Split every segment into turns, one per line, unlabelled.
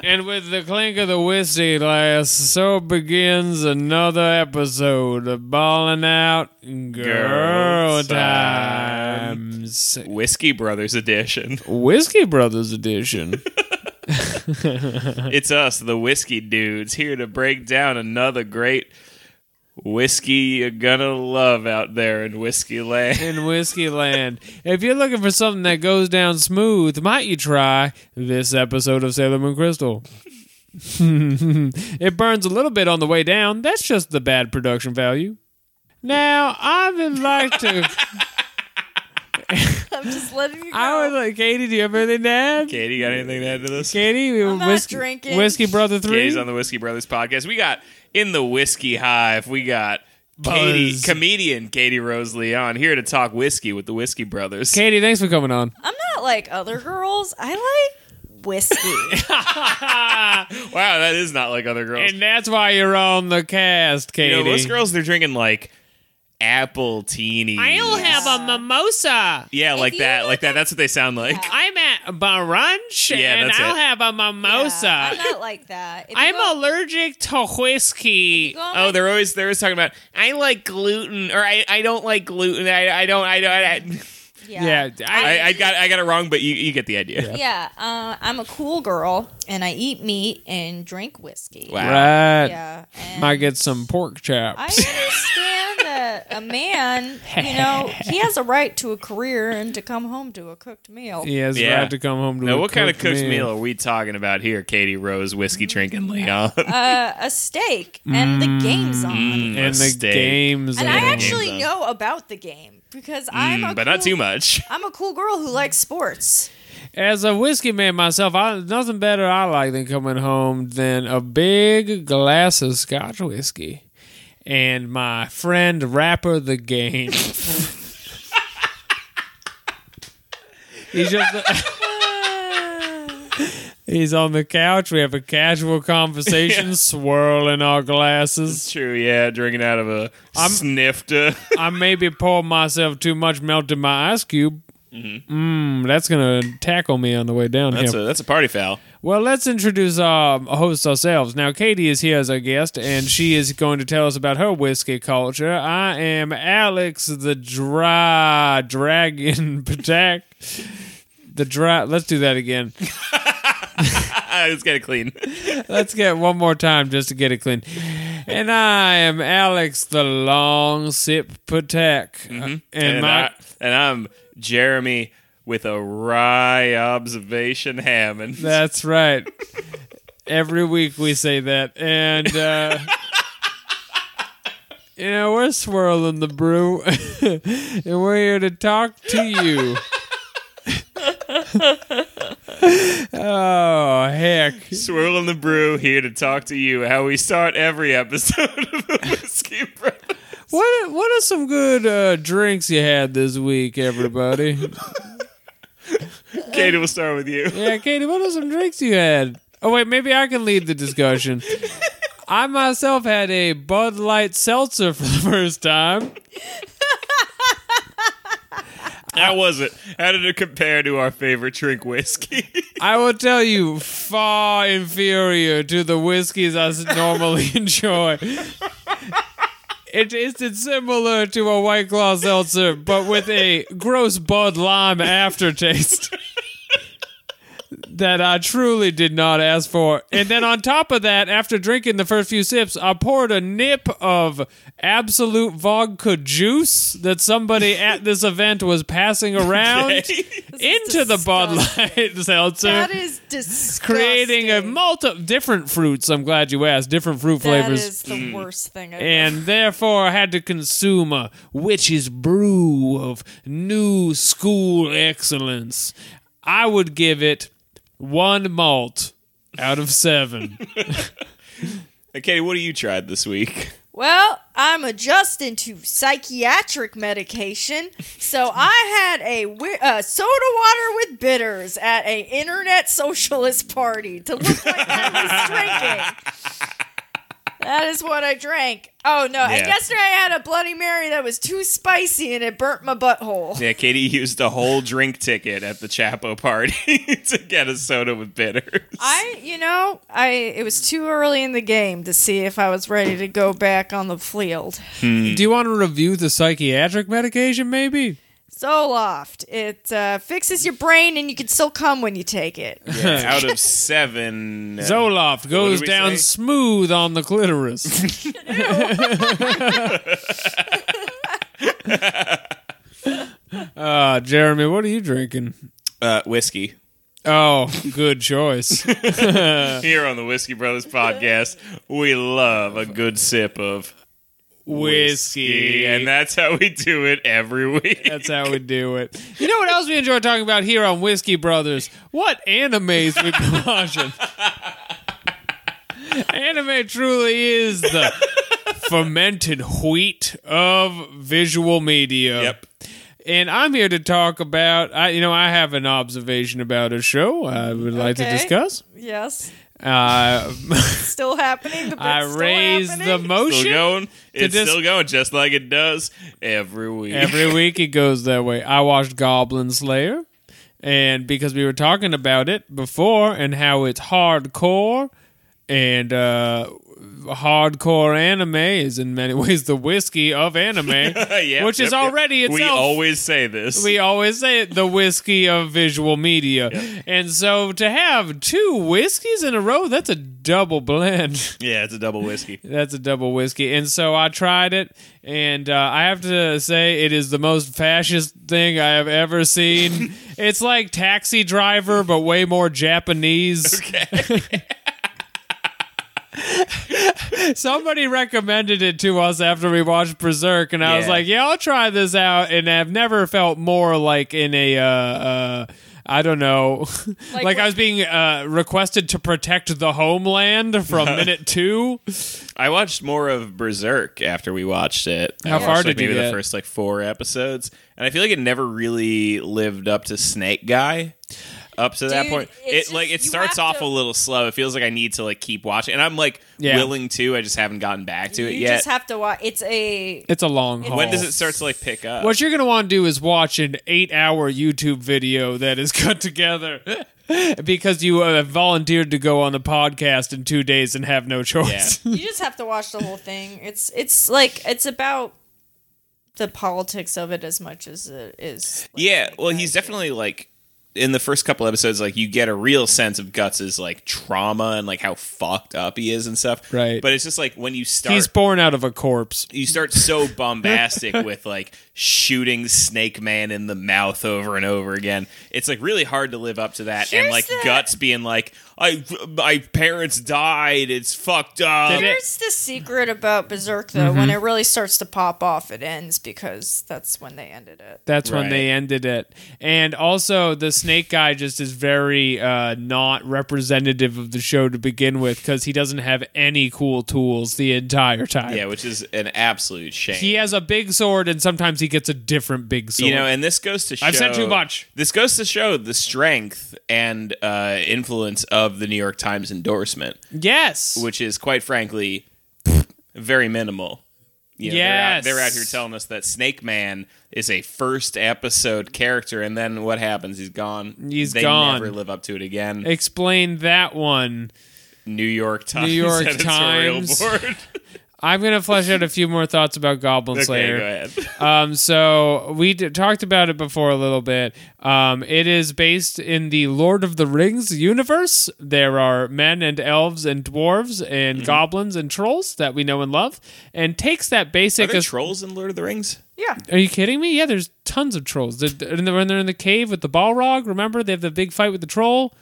And with the clink of the whiskey glass, so begins another episode of Ballin' Out Girl,
Girl time.
Times.
Whiskey Brothers edition.
Whiskey Brothers edition.
it's us, the Whiskey Dudes, here to break down another great whiskey you're gonna love out there in Whiskey Land.
in Whiskey Land. If you're looking for something that goes down smooth, might you try this episode of Sailor Moon Crystal? it burns a little bit on the way down. That's just the bad production value. Now, I would like to.
I'm just letting you go.
I would like. Katie, do you have anything to add?
Katie, got anything to add to this?
Katie, we were
not
whiskey,
drinking.
Whiskey Brother 3.
Katie's on the Whiskey Brothers podcast. We got in the Whiskey Hive. We got Katie,
Buzz.
comedian Katie Rose Leon, here to talk whiskey with the Whiskey Brothers.
Katie, thanks for coming on.
Oh.
I'm not like other girls. I like whiskey.
wow, that is not like other girls.
And that's why you're on the cast, Katie.
you know, most girls they're drinking like apple teenies.
have a mimosa.
Yeah, like
you
that,
look
like that. That's what they sound like.
I'm at brunch
Yeah, that's it.
have a
Yeah, I'm not like that. If you go-
allergic to whiskey.
go on
Oh,
my-
they're always they're always talking about I like gluten or I, I don't like gluten. I, I don't I don't I,
Yeah, I-
I, I got I got it wrong, but you, you get the idea.
Yeah, uh, I'm a cool girl, and I eat meat and drink whiskey.
Wow.
Right.
Yeah, and
Might get some pork
I
chops.
understand that a man, you know, he has a right to a career and to come home to a cooked meal.
he has
Yeah.
yeah. to come home to
Now,
a
what kind of
cooked
cooked meal. are we talking about here, Katie Rose? Whiskey
Mm-hmm.
drinking Leon.
Uh, a steak, and the game's on.
And the
Steak.
games.
And
are-
I
Mm-hmm. Game's
actually
on.
know about the game because I'm a
Mm, but not
cool-
too much.
I'm a cool girl who likes sports.
As a whiskey man myself, I, nothing better I like than coming home than a big glass of Scotch whiskey and my friend rapper the game. He's just. He's on the couch. We have a casual conversation, swirling our glasses.
It's true, yeah. Drinking out of a uh, snifter.
I maybe poured myself too much melt in my ice cube. Mm, that's gonna tackle me on the way down
Mm-hmm. that's
here.
a that's a party foul.
Well, let's introduce our host ourselves. Now, Katie is here as our guest, and she is going to tell us about her whiskey culture. I am Alex the Dry Dragon Patak. The dry. Let's do that again.
I just got to clean.
Let's get one more time just to get it clean. And I am Alex the Long Sip Patak. And,
Mm-hmm. And,
my.
I, and I'm Jeremy with a wry observation Hammond.
That's right. Every week we say that, and uh, you know we're swirling the brew, and we're here to talk to you. oh heck!
Swirling the brew here to talk to you. How we start every episode of the Whiskey Brothers.
What what are some good uh, drinks you had this week, everybody?
Katie, we'll start with you.
Yeah, Katie, what are some drinks you had? Oh wait, maybe I can lead the discussion. I myself had a Bud Light seltzer for the first time.
How was it? How did it compare to our favorite drink whiskey?
I will tell you, far inferior to the whiskeys I s- normally enjoy. It tasted similar to a White Claw seltzer, but with a gross Bud Lime aftertaste that I truly did not ask for. And then on top of that, after drinking the first few sips, I poured a nip of absolute vodka juice that somebody at this event was passing around into the Bud Light seltzer
That is disgusting.
creating a multi different fruits. I'm glad you asked. Different fruit
That
flavors, Mm.
is the worst thing. I've
and therefore I had to consume a witch's brew of new school excellence. I would give it one malt out of seven.
Hey, Katie, what have you tried this week?
Well, I'm adjusting to psychiatric medication, so I had a wi- uh, soda water with bitters at a internet socialist party to look like I was drinking. That is what I drank. Oh no! And
Yeah.
yesterday I had a Bloody Mary that was too spicy and it burnt my butthole.
Yeah, Katie used a whole drink ticket at the Chapo party to get a soda with bitters.
I, you know, I it was too early in the game to see if I was ready to go back on the field.
Do you want to review the psychiatric medication, maybe?
Zoloft, it uh, fixes your brain and you can still come when you take it.
Out of seven. uh,
Zoloft goes
we
down
say?
smooth on the clitoris. uh, Jeremy, what are you drinking?
uh, whiskey.
Oh, good choice.
Uh, Here on the Whiskey Brothers podcast, we love a good sip of
Whiskey.
and that's how we do it every week.
That's how we do it. You know what else we enjoy talking about here on Whiskey Brothers? What animes we've been watching. Anime truly is the fermented wheat of visual media.
Yep.
And I'm here to talk about. I, you know, I have an observation about a show I would like to
Okay.
discuss.
Yes,
Uh,
still happening. The bit's
I
still
raise the
happening.
Still
motion.
going. It's
dis-
still going, just like it does every week.
Every week it goes that way. I watched Goblin Slayer, and because we were talking about it before and how it's hardcore and uh, hardcore anime is in many ways the whiskey of anime,
Yep,
which
yep, yep.
is already itself.
We always say this.
we always say it, the whiskey of visual media. And so to have two whiskeys in a row, that's a double blend.
yeah, it's a double whiskey.
That's a double whiskey. And so I tried it, and uh, I have to say, it is the most fascist thing I have ever seen. it's like Taxi Driver, but way more Japanese. Somebody recommended it to us after we watched Berserk, and I was
Yeah.
like, "Yeah, I'll try this out." And I've never felt more like in a, uh, uh, I don't know, like,
Like
I
what-
was being uh, requested to protect the homeland from minute two.
I watched more of Berserk after we watched it. I
How
watched,
far
like,
did you
maybe
get?
the first like four episodes, and I feel like it never really lived up to Snake Guy. Up to that
Dude,
point,
it's
it
just-
like it
you
starts
have
off
to-
a little slow. It feels like I need to like keep watching, and I'm like
Yeah.
willing to. I just haven't gotten back to it
You
yet.
just have to watch. It's a
It's a long haul.
when does it start to like pick up?
What you're gonna want to do is watch an eight-hour YouTube video that is cut together because you uh, volunteered to go on the podcast in two days and have no choice.
you just have to watch the whole thing. It's it's like it's about the politics of it as much as it is. like,
Yeah,
like
well,
that
he's
shit.
definitely like in the first couple episodes, like you get a real sense of Guts's like trauma and like how fucked up he is and stuff.
Right.
But it's just like when you start,
He's born out of a corpse.
you start so bombastic with like shooting Snake Man in the mouth over and over again. It's like really hard to live up to that. and
Here's
like
the-
Guts being like, "I my parents died. It's fucked up."
Did it-
Here's the secret about Berserk, though. When it really starts to pop off, it ends because that's when they ended it.
That's when
Right.
they ended it. And also, the snake guy just is very uh, not representative of the show to begin with because he doesn't have any cool tools the entire time.
Yeah, which is an absolute shame.
He has a big sword, and sometimes he gets a different big sword.
You know, and this goes to show
I've said too much.
This goes to show the strength and uh, influence of the New York Times endorsement,
yes.
which is quite frankly very minimal. You know,
Yes.
they're out, they're out here telling us that Snake Man is a first episode character, and then what happens? He's gone.
He's
they
gone.
Never live up to it again.
Explain that one.
New York Times.
New York
editorial
Times.
Board.
I'm gonna flesh out a few more thoughts about Goblin
okay,
Slayer.
go ahead.
Um, so we d- talked about it before a little bit. Um, it is based in the Lord of the Rings universe. There are men and elves and dwarves
Mm-hmm.
and goblins and trolls that we know and love, and takes that
Are
basic.
there
as-
trolls in Lord of the Rings?
Yeah.
are you kidding me? Yeah, there's tons of trolls. They're, and they're- when they're in the cave with the Balrog, remember they have the big fight with the troll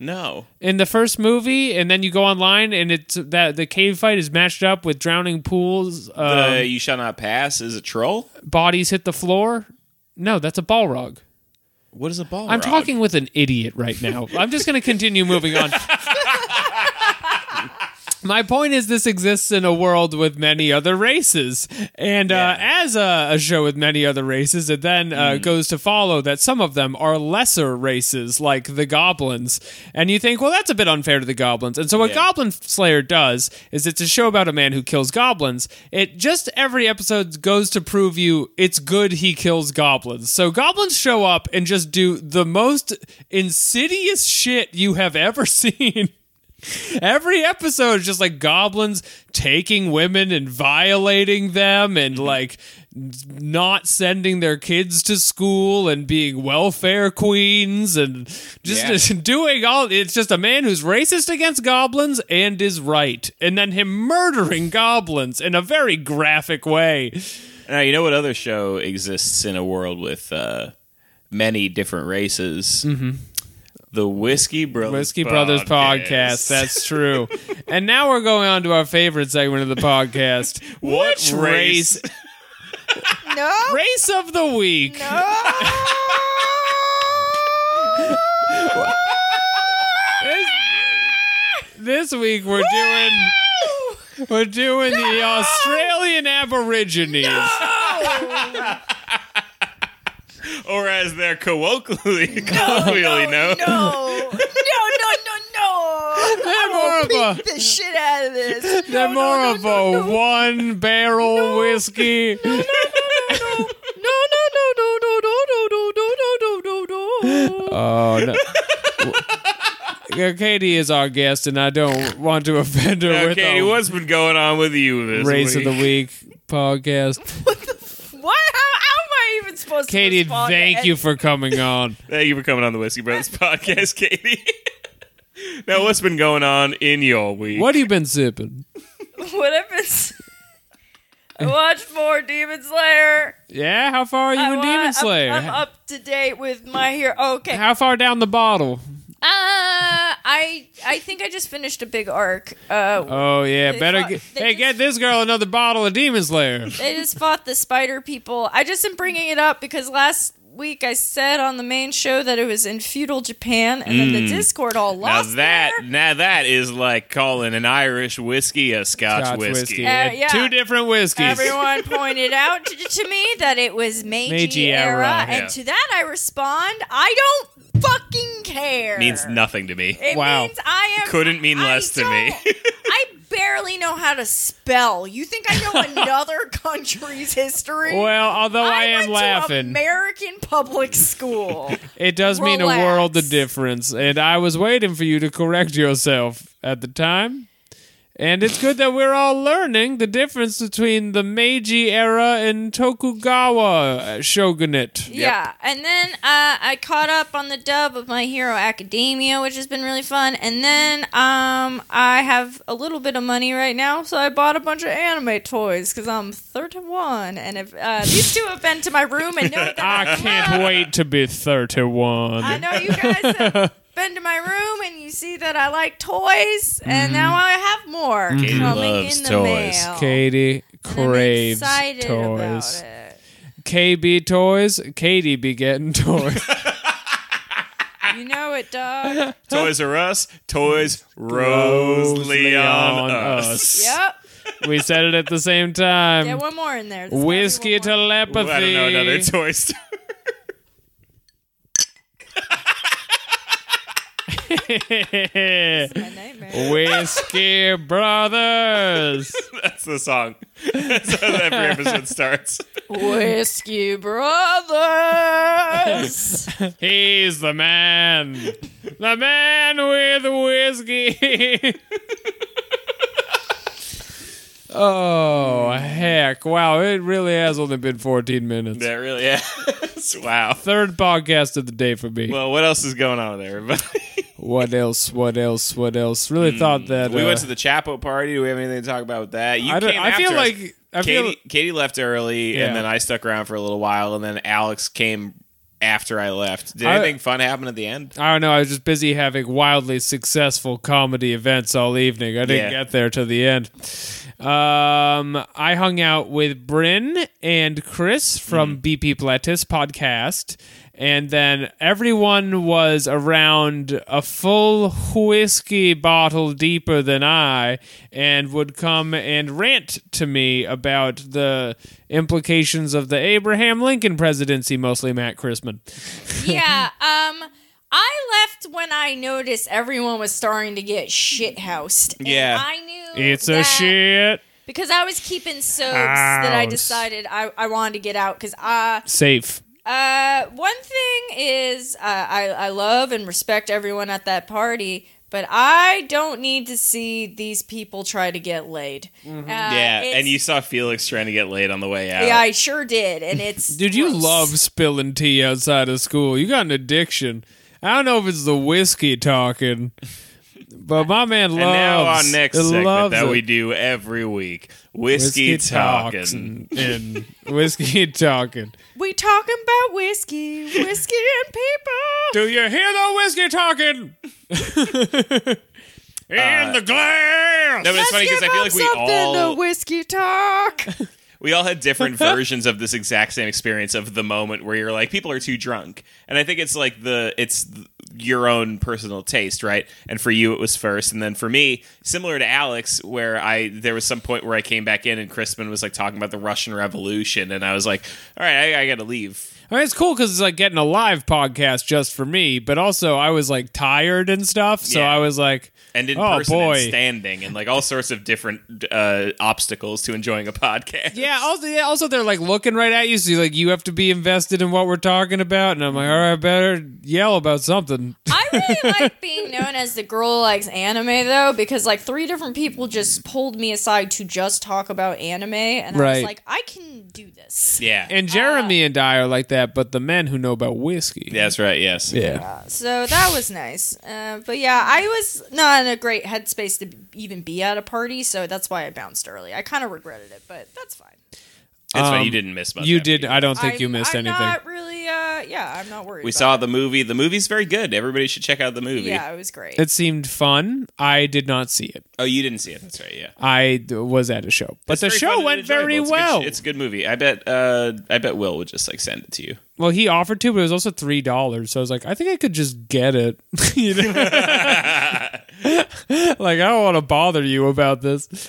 No.
in the first movie, and then you go online and it's that the cave fight is matched up with drowning pools. Um,
uh, you shall not pass is a troll.
bodies hit the floor. No, that's a Balrog.
What is a ball?
I'm talking with an idiot right now. I'm just going to continue moving on. My point is, this exists in a world with many other races, and uh, as a, a show with many other races, it then uh, goes to follow that some of them are lesser races, like the goblins. And you think, well, that's a bit unfair to the goblins. And so, what
Yeah.
Goblin Slayer does is, it's a show about a man who kills goblins. It just every episode goes to prove you it's good he kills goblins. So goblins show up and just do the most insidious shit you have ever seen. Every episode is just like goblins taking women and violating them and like not sending their kids to school and being welfare queens and just doing all it's just a man who's racist against goblins and is right and then him murdering goblins in a very graphic way
Now, you know what other show exists in a world with uh, many different races? Mm-hmm. The Whiskey Brothers
Whiskey Brothers podcast. That's true. and now we're going on to our favorite segment of the podcast.
What
Which
race?
No.
Race of the week. This, this week we're doing we're doing the Australian Aborigines.
or as they're colloquially, colloquially
no.
known.
No. No. No. No.
They're more of a
Beat the shit out of this.
they're
No,
more
no,
of
no,
a
no, no.
one barrel whiskey.
No, no, no, no, no, no, no, no, no, no, no, no.
Oh no. W- Katie is our guest, and I don't want to offend her with
Okay,
our
what's been going on with you this
race
week?
of the week podcast.
What? How, how am I even supposed
Katie,
to respond to
thank
any-
you for coming on.
Thank you for coming on the Whiskey Brothers podcast, Katie. now, what's been going on in your week?
What have you been sipping?
What if it's? I watched more Demon Slayer.
Yeah, how far are you
I
in
wa-
Demon
I'm-
Slayer?
I'm, up to date with my hero. Okay. Uh,
how far down the bottle?
I I think I just finished a big arc. Uh,
Oh yeah,
They
better
fought-
get,
they
hey
just-
get this girl another bottle of Demon Slayer.
they just fought the spider people. I just am bringing it up because last week I said on the main show that it was in feudal Japan, and then the Discord all
Mm. Now
lost
that
their-
now that is like calling an Irish whiskey a Scotch,
Scotch
whiskey.
whiskey.
Uh, yeah.
Two different whiskeys.
Everyone pointed out to, to me that it was Meiji,
Meiji
era,
era,
and
yeah.
to that I respond, I don't fucking care.
Means nothing to me.
It
Wow.
means I am.
Couldn't mean
I
less to me.
don't- I barely know how to spell. You think I know another country's history?
Well, although I, am
went To
laughing,
American public school.
it does mean a
Relax.
world of difference. And I was waiting for you to correct yourself at the time. And it's good that we're all learning the difference between the Meiji era and Tokugawa uh, shogunate.
Yeah, and then uh, I caught up on the dub of My Hero Academia, which has been really fun. And then um, I have a little bit of money right now, so I bought a bunch of anime toys because I'm 31, and if uh, these two have been to my room and know that
I can't wait to be 31.
I know you guys have been to my room and you see that I like toys, and now
Mm-hmm.
I have more
Katie
coming
loves
in the
toys.
mail.
Katie
And I'm
craves
excited
toys.
About it.
KB toys, Katie be getting toys.
You know it, dog.
Toys R Us, Toys Rosely on
on
Us.
yep.
we said it at the same
Yeah,
time.
one more in there. There's gotta be
Whiskey
one more.
telepathy.
Ooh, I don't know another toy store.
My nightmare.
Whiskey Brothers.
That's the song. That's how every episode starts.
Whiskey Brothers.
He's the man. The man with whiskey. oh, heck. Wow, it really has only been 14 minutes.
That really is. Wow.
Third podcast of the day for me.
Well, what else is going on with everybody?
What else? What else? What else? Really thought that
hmm, We
uh,
went to the Chapo party. Do we have anything to talk about with that? You
I, don't,
came
I feel
after us.
like I feel
Katie, Katie left early,
Yeah.
and then I stuck around for a little while, and then Alex came after I left. Did
I-
anything fun happen at the end?
I don't know. I was just busy having wildly successful comedy events all evening. I didn't
Yeah.
get there till the end. Um, I hung out with Bryn and Chris from BP Plattis podcast, and then everyone was around a full whiskey bottle deeper than I, and would come and rant to me about the implications of the Abraham Lincoln presidency, mostly Matt Chrisman.
yeah. Um, I left when I noticed everyone was starting to get shit housed.
Yeah.
I knew
It's a
that-
shit
because I was keeping soaps that I
House.
decided I, I wanted to get out because I.
safe.
Uh, one thing is uh, I, I love and respect everyone at that party, but I don't need to see these people try to get laid. Uh,
yeah,
it's-
and you saw Felix trying to get laid on the way out.
Yeah, I sure did, and it's
Dude, you
gross.
love spilling tea outside of school. You got an addiction. I don't know if it's the whiskey talking, but my man loves.
and now our next
it
segment
loves
that
it.
we do every week, whiskey, talking.
talks and, and whiskey talking.
We talking about whiskey, whiskey and people.
Do you hear the whiskey talking? In the glass.
Uh, No, but it's funny because I feel like we all
to whiskey talk.
we all had different versions of this exact same experience of the moment where you're like people are too drunk and i think it's like the it's th- your own personal taste right and for you it was first and then for me similar to alex where i there was some point where i came back in and crispin was like talking about the russian revolution and i was like all right i, I gotta leave
I mean, it's cool because it's like getting a live podcast just for me, but also I was like tired and stuff, so
Yeah.
I was like,
and in
oh
person
boy.
and standing and like all sorts of different uh, obstacles to enjoying a podcast
Yeah. Also, yeah, also they're like looking right at you, so like you have to be invested in what we're talking about. And I'm like, all right, I better yell about something.
I really like being known as the girl who likes anime though, because like three different people just pulled me aside to just talk about anime, and I
Right.
was like, I can do this.
yeah
And Jeremy and I are like that, but the men who know about whiskey.
that's right yes
Yeah.
Uh, So that was nice. Uh, but yeah, I was not in a great headspace to even be at a party, so that's why I bounced early. I kind of regretted it, but that's fine.
that's why
Um,
you didn't miss much
You
after
did. I don't think
I'm-
you missed
I'm
anything.
Not really. Uh, yeah, I'm not worried.
we
about
saw
it.
the movie the movie's very good everybody should check out the movie
Yeah, it was great.
It seemed fun. I did not see it.
Oh, you didn't see it. That's right. Yeah,
I d- was at a show, but
It's
the
very
show
fun
went
and enjoyable.
very
It's a good-
well.
it's a good movie. I bet. Uh, I bet Will would just like send it to you.
well, he offered to, but it was also three dollars. So I was like, I think I could just get it. You know? like I don't want to bother you about this.
Dude,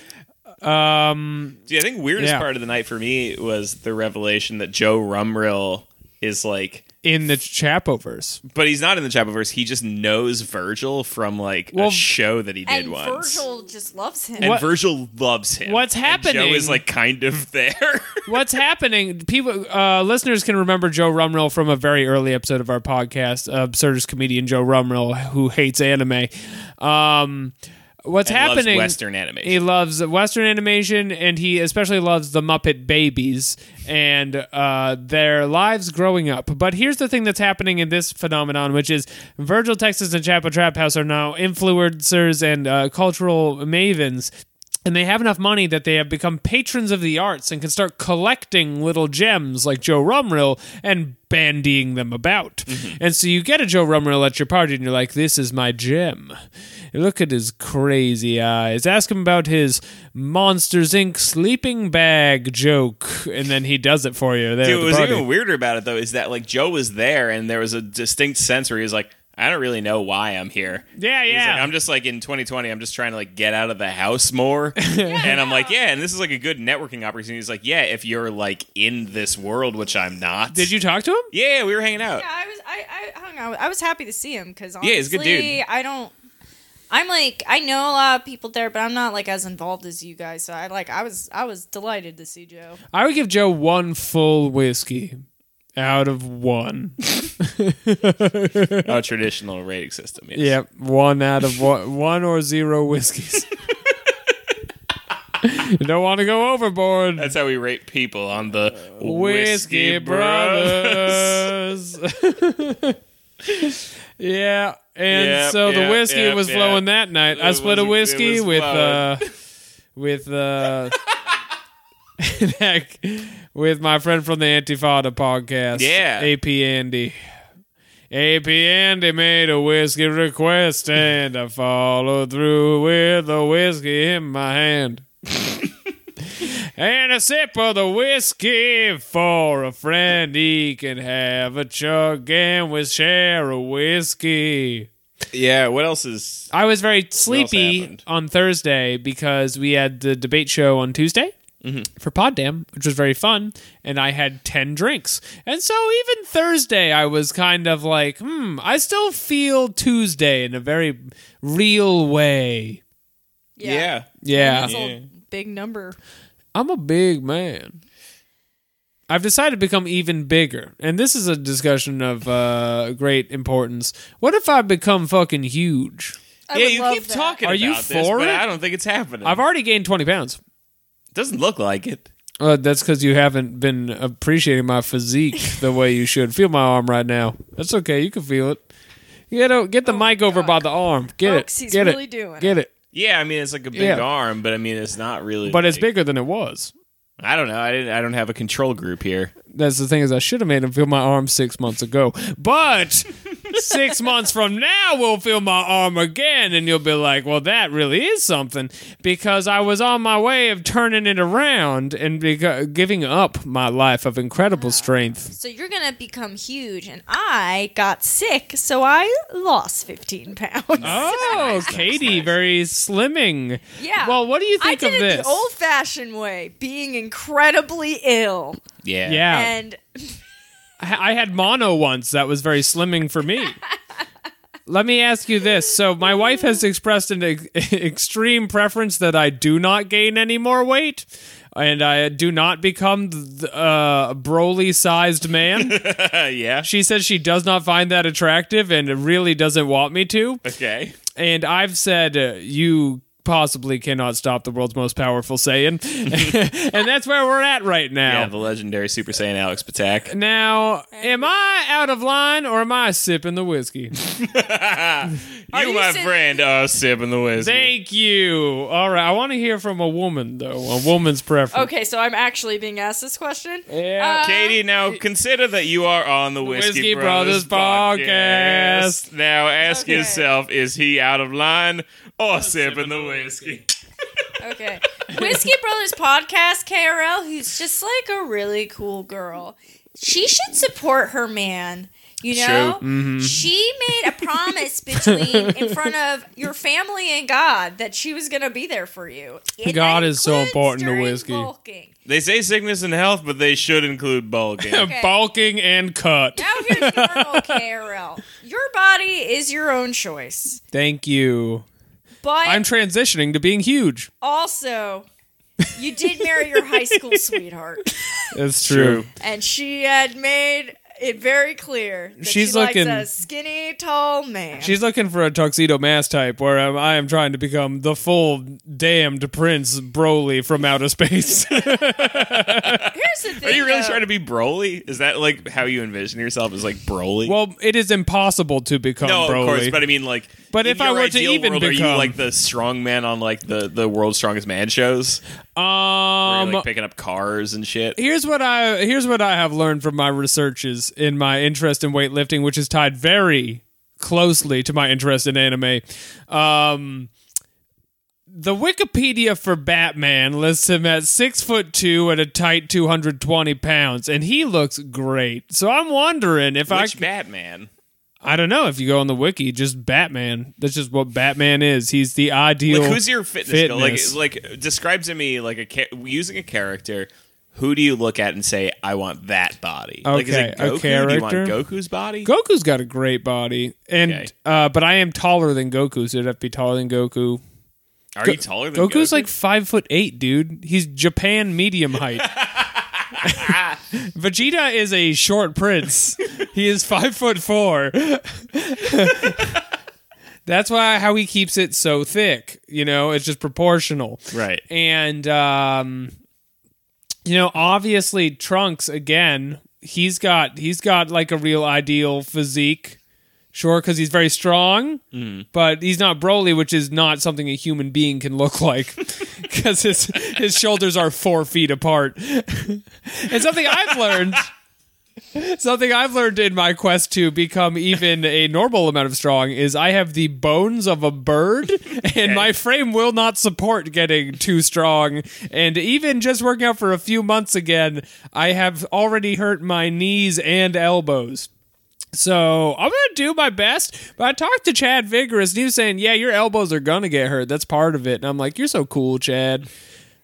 I think weirdest
Yeah.
part of the night for me was the revelation that Joe Rumrill is like,
In the Chapoverse,
but he's not in the Chapelverse. He just knows Virgil from like
Well,
a show that he did
and
once.
Virgil just loves him.
and
What-
Virgil loves him.
What's
And
happening-
Joe is like kind of there.
what's happening people uh, listeners can remember joe rumrill from a very early episode of our podcast uh, absurdist comedian joe rumrill who hates anime um, what's
And loves
happening
Western animation.
he loves western animation and he especially loves the muppet babies and uh, their lives growing up but here's the thing that's happening in this phenomenon which is virgil texas and chapo trap house are now influencers and uh, cultural mavens and they have enough money that they have become patrons of the arts and can start collecting little gems like Joe Rumrill and bandying them about.
Mm-hmm.
And so you get a Joe Rumrill at your party and you're like, this is my gem. Look at his crazy eyes. Ask him about his Monsters Inc. sleeping bag joke. And then he does it for you. There
Dude,
at
what
the
was
party.
even weirder about it though is that like Joe was there, and there was a distinct sense where he was like, "I don't really know why I'm here."
Yeah,
He's
yeah.
like, I'm just like in 2020. I'm just trying to like get out of the house more, and I'm like, yeah. And this is like a good networking opportunity. He's like, yeah, if you're like in this world, which I'm not.
Did you talk to him?
Yeah, we were hanging out.
Yeah, I was. I, I hung out. with- I was happy to see him because honestly,
Yeah, he's a good dude.
I don't. I'm like I know a lot of people there, but I'm not like as involved as you guys. So I like I was I was delighted to see Joe.
I would give Joe one full whiskey out of one.
Oh, traditional rating system. Yes.
Yep, one out of one, one or zero whiskeys. you don't want to go overboard.
That's how we rate people on the Whiskey
Whiskey
Brothers.
Brothers. yeah, and
Yep,
so the
yep,
whiskey
yep,
was
yep.
flowing that night. I
It
split a
was- it
whiskey
was
with uh,
flowing.
with uh, that- with my friend from the Antifada podcast.
Yeah.
AP Andy. AP Andy made a whiskey request, and I followed through with the whiskey in my hand. and a sip of the whiskey for a friend. He can have a chug and we share a whiskey.
Yeah. What else is?
I was very sleepy
happened?
on Thursday because we had the debate show on Tuesday
Mm-hmm.
for Poddam, which was very fun, and I had 10 drinks. And so even Thursday, I was kind of like, hmm, I still feel Tuesday in a very real way.
Yeah.
Yeah.
That's
Yeah.
a big number.
I'm a big man. I've decided to become even bigger. And this is a discussion of uh, great importance. What if I become fucking huge?
I
Yeah,
would
you
love
keep
that.
talking
Are
about
you
this,
for
but
it?
I don't think it's happening.
I've already gained 20 pounds.
Doesn't look like it.
Uh, that's because you haven't been appreciating my physique the way you should. Feel my arm right now. That's okay. You can feel it. Get o- get the mic over by the arm. Get
Folks,
it.
he's
get
Oh, really
it.
doing
Get it.
Yeah, I mean it's like a big
Yeah.
arm, but I mean it's not really.
But it's
like-
bigger than it was.
I don't know. I didn't. I don't have a control group here.
That's the thing is I should have made him feel my arm six months ago. But six months from now we'll feel my arm again and you'll be like, Well that really is something because I was on my way of turning it around and beca- giving up my life of incredible strength.
So you're gonna become huge, and I got sick, so I lost 15 pounds.
Oh, Katie, very slimming.
Yeah.
Well, what do you
I
think
did
of
it
this?
the old-fashioned way, being incredibly ill,
Yeah.
yeah,
and
I I had mono once. That was very slimming for me. Let me ask you this. So, my wife has expressed an ex- extreme preference that I do not gain any more weight and I do not become th- uh, a Broly sized man.
yeah.
she says she does not find that attractive and really doesn't want me to.
Okay.
And I've said, uh, you possibly cannot stop the world's most powerful Saiyan. and that's where we're at right now.
Yeah, the legendary Super Saiyan Alex Patak.
Now, am I out of line or am I sipping the whiskey?
You,
you
my
sit-
friend, are sipping the whiskey.
Thank you. All right, I want to hear from a woman though, a woman's preference.
okay, so I'm actually being asked this question. Uh,
Yeah.
Katie, now consider that you are on the Whiskey,
Whiskey
Brothers,
Brothers
podcast. Now ask
Okay. Oh,
yourself: Is he out of line or sipping the whiskey?
Okay, Whiskey Brothers podcast KRL, who's just like a really cool girl. She should support her man. You know, she made a promise between in front of your family and God that she was going to be there for you. And that
God is so
includes
important to
during
whiskey.
bulking.
They say sickness and health, but they should include bulking.
Okay.
Balking and cut.
Now here's normal KRL. Your body is your own choice,
Thank you.
but
I'm transitioning to being huge.
also you did marry your high school sweetheart,
It's true.
and she had made it very clear that
She's
she likes
looking-
a skinny, tall man.
She's looking for a tuxedo mask type where I'm, I am trying to become the full damned Prince Broly from outer space.
here's the thing.
Are you really
though.
trying to be Broly? Is that like how you envision yourself? Is like Broly?
well, it is impossible to become
no,
Broly.
of course, but I mean, like,
But
in
if I
your
were to
ideal
even
world, are you
become-
like the strong man on like the the world's strongest man shows? Where
um,
you're, like picking up cars and shit.
here's what I here's what I have learned from my researches in my interest in weightlifting, which is tied very closely to my interest in anime. Um, the Wikipedia for Batman lists him at six foot two at a tight two hundred twenty pounds, and he looks great. So I'm wondering if I
Which Batman?
I don't know if you go on the wiki, just Batman. That's just what Batman is. He's the ideal.
Like, who's your fitness, goal?
fitness.
Like, like describe to me like a cha- using a character. Who do you look at and say, "I want that body"? like, is
Okay,
it
a
Goku? Do you want
character?
Goku's body?
Goku's got a great body, and
Okay.
uh, but I am taller than Goku, so it'd have to be taller than Goku.
Are you taller than
Goku's
Goku?
like five foot eight, dude. He's Japan medium height. Vegeta is a short prince. He is five foot four. That's why how he keeps it so thick. You know, it's just proportional.
Right.
And um, you know, obviously Trunks again. He's got he's got like a real ideal physique. Sure, because he's very strong, but he's not Broly, which is not something a human being can look like, because his his shoulders are four feet apart. and something I've learned Something I've learned in my quest to become even a normal amount of strong is I have the bones of a bird, and my frame will not support getting too strong. And even just working out for a few months again, I have already hurt my knees and elbows. So I'm gonna do my best. But I talked to Chad Vigorous, and he was saying, "Yeah, your elbows are gonna get hurt. That's part of it." And I'm like, "You're so cool, Chad."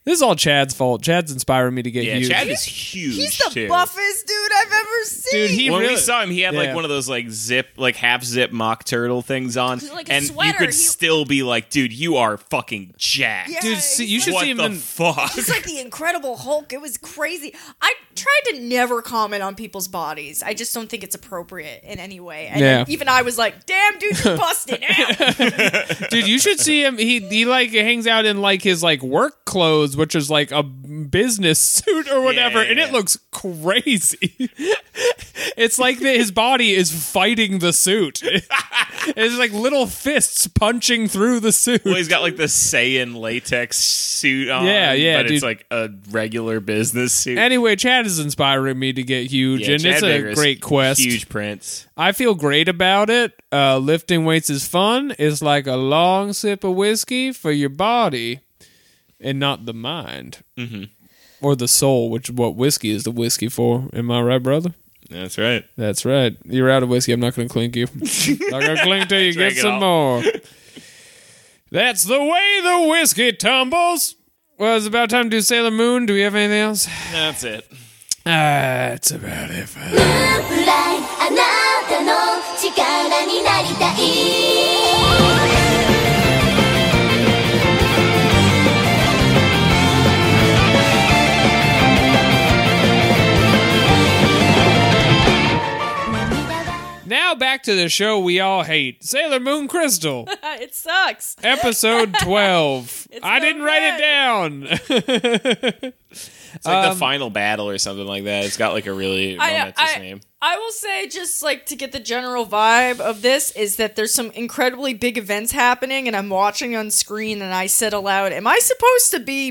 This is all Chad's fault. Chad's inspiring me to get
Yeah,
huge.
Chad is huge.
He's the
too.
buffest dude I've ever seen.
Dude, he
when
really
we saw him, he had
Yeah.
like one of those like zip, like half zip mock turtle things on,
Like a
and you
sweater,
could
he-
still be like, "Dude, you are fucking jacked."
Yeah.
Dude, see, you should
what
see him
the
in
fuck?
It's like the Incredible Hulk. It was crazy. I tried to never comment on people's bodies. I just don't think it's appropriate in any way. And
Yeah.
even I was like, "Damn, dude, you're busted out."
Dude, you should see him. He he like hangs out in like his like work clothes, which is like a business suit or whatever,
Yeah.
and it looks crazy. it's like that his body is fighting the suit. it's like little fists punching through the suit.
well, he's got like the Saiyan latex suit on.
Yeah, yeah,
but
dude.
it's like a regular business suit.
Anyway, Chad is inspiring me to get huge,
Yeah,
and
Chad
it's a
Baker is
great quest.
Huge prince.
I feel great about it. Uh, lifting weights is fun. It's like a long sip of whiskey for your body and not the mind mm-hmm. or the soul, which is what whiskey is the whiskey for. Am I right, brother?
That's right.
That's right. You're out of whiskey. I'm not going to clink you. not going to clink till you get
Drink it
some more. That's the way the whiskey tumbles. Well, it's about time to do Sailor Moon. Do we have anything else? Ah,
That's it.
That's about it. for-
くらいあなたの力になりたい」
Now back to the show we all hate Sailor Moon Crystal.
it sucks.
episode 12
It's
i
so
didn't write it down
It's like
Um,
the final battle or something like that. It's got like a really
I,
romantic
I,
name.
I will say, just like to get the general vibe of this, is that there's some incredibly big events happening, and I'm watching on screen, and I said aloud, Am I supposed to be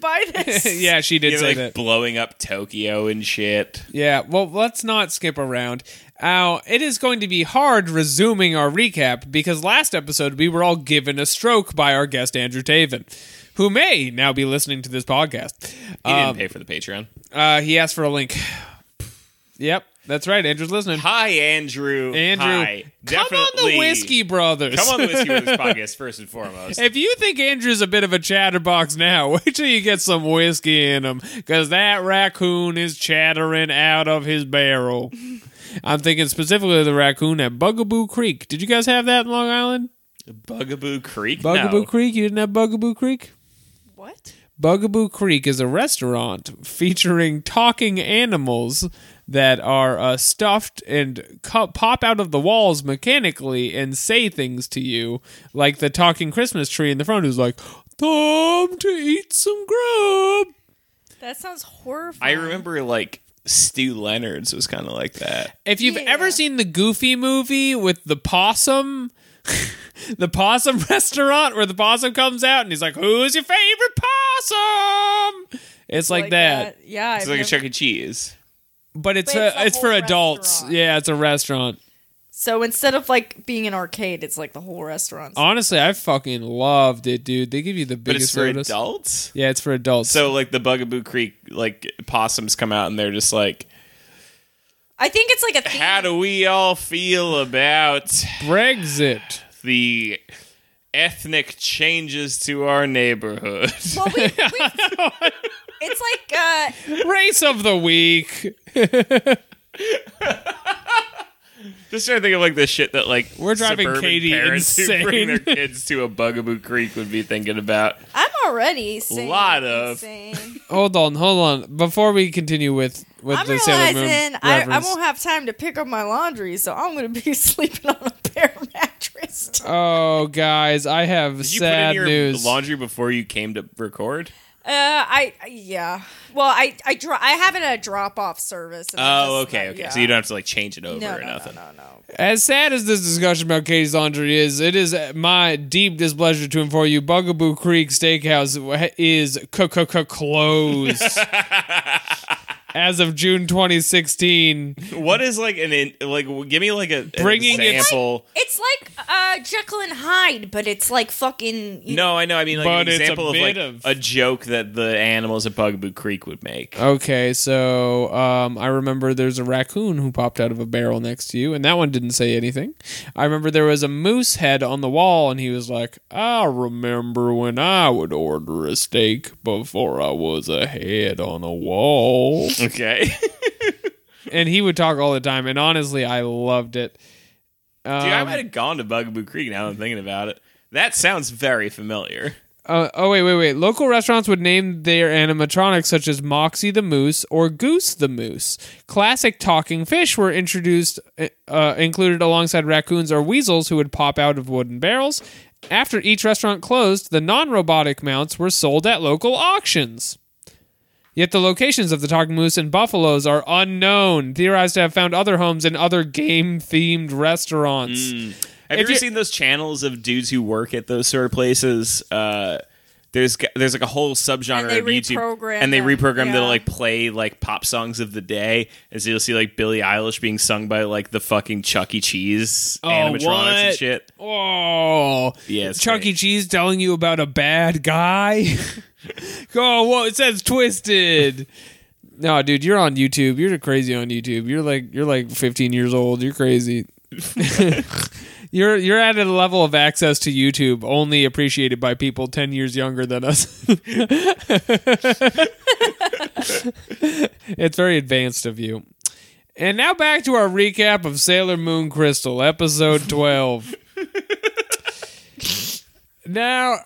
by this?
yeah she did
You're
say
like
that
blowing up Tokyo and shit.
yeah well let's not skip around now it is going to be hard resuming our recap because last episode we were all given a stroke by our guest andrew taven who may now be listening to this podcast
He
Uh,
didn't pay for the Patreon.
uh, he asked for a link yep that's right andrew's listening
Hi, Andrew.
andrew
Hi.
come on
Definitely-
the whiskey brothers
Come on the Whiskey Brothers podcast, first and foremost.
If you think Andrew's a bit of a chatterbox now, wait till you get some whiskey in him, because that raccoon is chattering out of his barrel. I'm thinking specifically of the raccoon at Bugaboo Creek. Did you guys have that in Long Island?
Bugaboo Creek?
Bugaboo
no.
Creek? You didn't have Bugaboo Creek?
What?
Bugaboo Creek is a restaurant featuring talking animals that are uh, stuffed and co- pop out of the walls mechanically and say things to you, like the talking Christmas tree in the front who's like, Time to eat some grub.
That sounds horrifying.
I remember like Stu Leonard's was kind of like that.
If you've ever seen the Goofy movie with the possum, the possum restaurant where the possum comes out and he's like, Who's your favorite possum? It's like, that.
Yeah.
It's
I've
like a
never-
Chuck E. Cheese.
but it's
But
a,
it's a
it's for
whole
adults.
restaurant.
Yeah, it's a restaurant.
so instead of like being an arcade, it's like the whole restaurant.
Oh.
Honestly, I fucking loved it, dude. They give you the
But
biggest
it's for
sodas.
adults?
Yeah, it's for adults.
So like the Bugaboo Creek like possums come out and they're just like,
I think it's like a theme.
How do we all feel about
Brexit.
the ethnic changes to our neighborhood?
well, we, we- it's like uh,
Race of the week.
Just trying to think of like the shit that like
We're driving
suburban
Katie
parents who bring their
insane.
kids to a Bugaboo Creek would be thinking about.
I'm already saying
Lot of-
insane.
Hold on, hold on. Before we continue with with
I'm
the Sailor Moon
realizing I, I
reference.
won't have time to pick up my laundry, so I'm going to be sleeping on a bare mattress. Uh,
oh, guys, I have
Did you
sad
put in your
news.
laundry before you came to record?
Uh, I I- yeah. Well, I I dro- I have it at a drop off service. and I'm
Oh,
just
okay,
not-
okay.
yeah.
So you don't have to like change it over
No,
or
no,
nothing.
No, no, no.
As sad as this discussion about Katie's laundry is, it is my deep displeasure to inform you Bugaboo Creek Steakhouse is c- c- c- closed. as of June 2016.
What is like an in, like? w- Give me like a an
Bringing it-
example.
It's like uh, Jekyll and Hyde, but it's like fucking. You
no, I know. I mean, like
But
an
it's a
example of like
bit of-
a joke that the animals at Bugaboo Creek would make.
Okay, so um, I remember there's a raccoon who popped out of a barrel next to you, and that one didn't say anything. I remember there was a moose head on the wall, and he was like, I remember when I would order a steak before I was a head on a wall.
Okay.
and he would talk all the time, and honestly, I loved it. Um,
Dude, I might have gone to Bugaboo Creek now that I'm thinking about it. That sounds very familiar.
Uh, oh wait, wait, wait! Local restaurants would name their animatronics such as Moxie the Moose or Goose the Moose. Classic talking fish were introduced, uh, uh, included alongside raccoons or weasels who would pop out of wooden barrels. After each restaurant closed, the non-robotic mounts were sold at local auctions. Yet the locations of the talking moose and buffaloes are unknown, theorized to have found other homes in other game-themed restaurants.
Have
If
you ever
you-
seen those channels of dudes who work at those sort of places? Uh, there's g- there's like a whole subgenre
And they
of YouTube,
reprogram
and they
them,
reprogram
yeah.
that like play like pop songs of the day, and so you'll see like Billie Eilish being sung by like the fucking Chuck E. Cheese animatronics and
Oh, what?
shit.
Oh,
Yeah, it's
Chuck E.
great.
Cheese telling you about a bad guy. oh, whoa! It says twisted. no, dude, you're on YouTube. You're crazy on YouTube. You're like you're like 15 years old. You're crazy. you're you're at a level of access to YouTube only appreciated by people 10 years younger than us. it's very advanced of you. And now back to our recap of Sailor Moon Crystal, episode 12. now,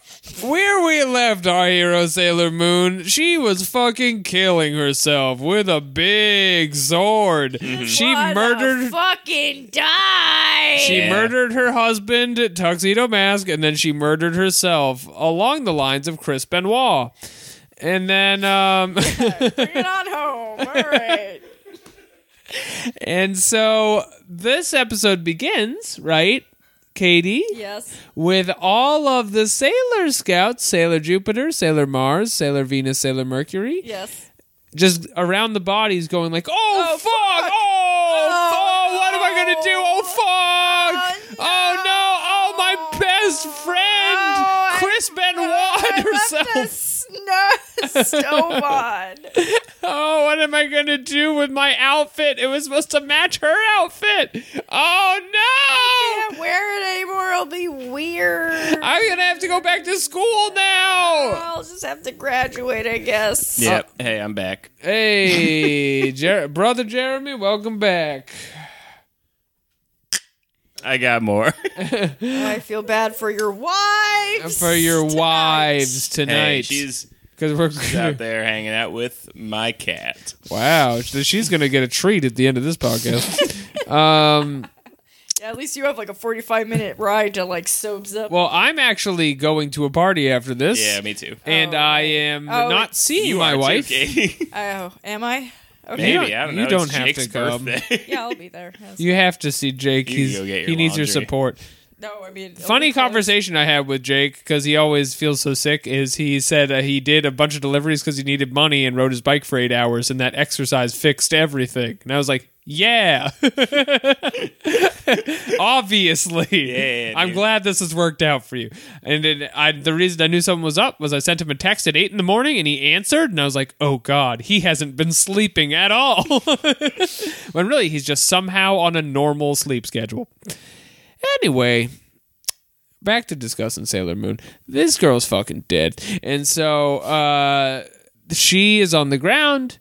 where we left our hero Sailor Moon, she was fucking killing herself with a big sword. She
What a
murdered
fucking die.
she
Yeah.
murdered her husband, Tuxedo Mask, and then she murdered herself along the lines of Chris Benoit. And then, um,
Bring it on home. All right.
and so this episode begins, right, Katie?
Yes.
with all of the Sailor Scouts Sailor Jupiter, Sailor Mars, Sailor Venus, Sailor Mercury,
Yes.
just around the bodies going like, oh, fuck! Oh, oh, what am I going to do? Oh, fuck! Oh, no! Oh, my best friend, Chris Benoit herself!
Snow stove on.
Oh, what am I going to do with my outfit? It was supposed to match her outfit! Oh, no!
Can't wear it anymore. It'll be weird.
I'm going to have to go back to school now!
I'll just have to graduate, I guess.
Yep. hey, I'm back.
Hey, Jer- brother Jeremy, welcome back.
I got more.
I feel bad for your wives.
For your
tonight.
wives
hey,
tonight,
she's
because we're
out there hanging out with my cat.
wow, sh- she's gonna get a treat at the end of this podcast.
Yeah, at least you have like a 45 minute ride to like soaps up.
well, I'm actually going to a party after this.
Yeah, me too.
and I am
Oh,
not seeing my
Too,
wife.
Katie.
oh, am I? Okay.
You
Maybe I don't
don't- you
know. It's
don't have
Jake's
to come.
birthday.
Yeah, I'll be there. That's-
You have to see Jake.
You
He's,
go get your
he needs your
laundry.
support.
No, I mean, it'll
Funny
be close.
conversation I had with Jake because he always feels so sick. Is he said uh, he did a bunch of deliveries because he needed money and rode his bike for eight hours, and that exercise fixed everything. And I was like, "Yeah, obviously.
Yeah,
I'm
dude.
glad this has worked out for you." And then I, the reason I knew something was up was I sent him a text at eight in the morning, and he answered, and I was like, "Oh God, he hasn't been sleeping at all." when really, he's just somehow on a normal sleep schedule. Anyway, back to discussing Sailor Moon. This girl's fucking dead. And so uh, she is on the ground.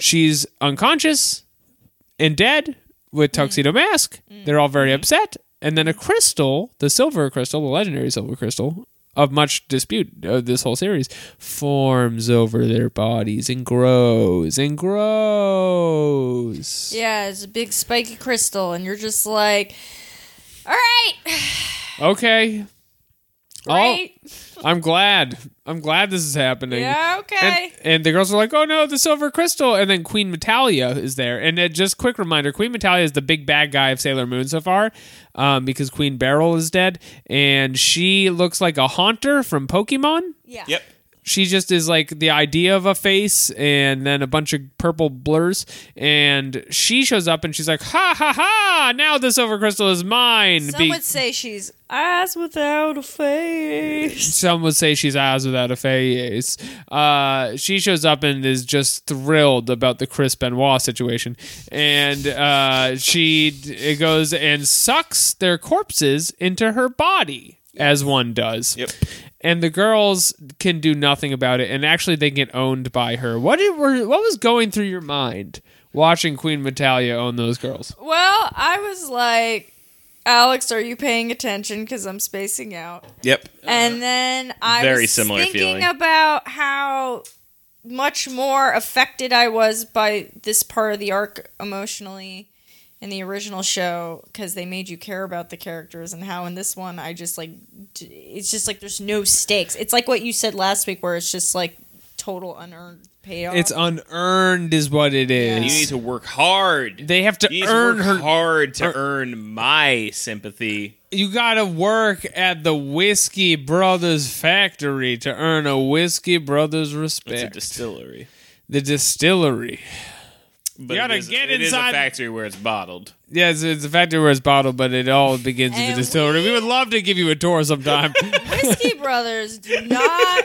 She's unconscious and dead
Mm.
with Tuxedo Mask. They're all
Mm-hmm.
very upset. And then a crystal, the silver crystal, the legendary silver crystal, of much dispute of this whole series, forms over their bodies and grows and grows.
Yeah, it's a big spiky crystal, and you're just like, all right,
Okay. All-
right,
I'm glad. I'm glad this is happening.
yeah,
And,
okay.
and the girls are like, "Oh no, the silver crystal!" And then Queen Metalia is there. And uh, just quick reminder: Queen Metalia is the big bad guy of Sailor Moon so far, um, because Queen Beryl is dead, and she looks like a Haunter from Pokemon.
yeah.
yep.
she just is like the idea of a face and then a bunch of purple blurs. And she shows up and she's like, ha ha ha, now the silver crystal is mine.
Some
Be-
would say she's eyes without a face.
some would say she's eyes without a face. Uh, she shows up and is just thrilled about the Chris Benoit situation, and uh, she d- goes and sucks their corpses into her body as one does.
Yep.
And the girls can do nothing about it, and actually they get owned by her. What did, were, what was going through your mind watching Queen Metalia own those girls?
Well, I was like, Alex, are you paying attention? Because I'm spacing out.
Yep.
And then I
Very
was
similar
thinking
feeling.
about how much more affected I was by this part of the arc emotionally in the original show because they made you care about the characters and how in this one I just like d- it's just like there's no stakes. It's like what you said last week where it's just like total unearned payoff.
It's unearned, is what it is.
You need to work hard.
they have to
you need
earn
to work
her
hard to earn my sympathy.
you gotta work at the Whiskey Brothers factory to earn a Whiskey Brothers
It's a
respect.
distillery.
the distillery.
But
You gotta
it is,
get
it is a
inside-
factory where it's bottled.
Yeah, it's, it's a factory where it's bottled, but it all begins with
And
the distillery. We would love to give you a tour sometime.
Whiskey Brothers do not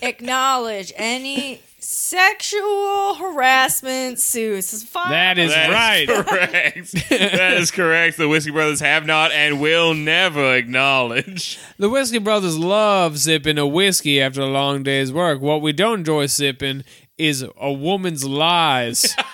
acknowledge any sexual harassment suits. It's fine.
that is
That
right.
is correct. that is correct. The Whiskey Brothers have not and will never acknowledge.
The Whiskey Brothers love sipping a whiskey after a long day's work. What we don't enjoy sipping is a woman's lies.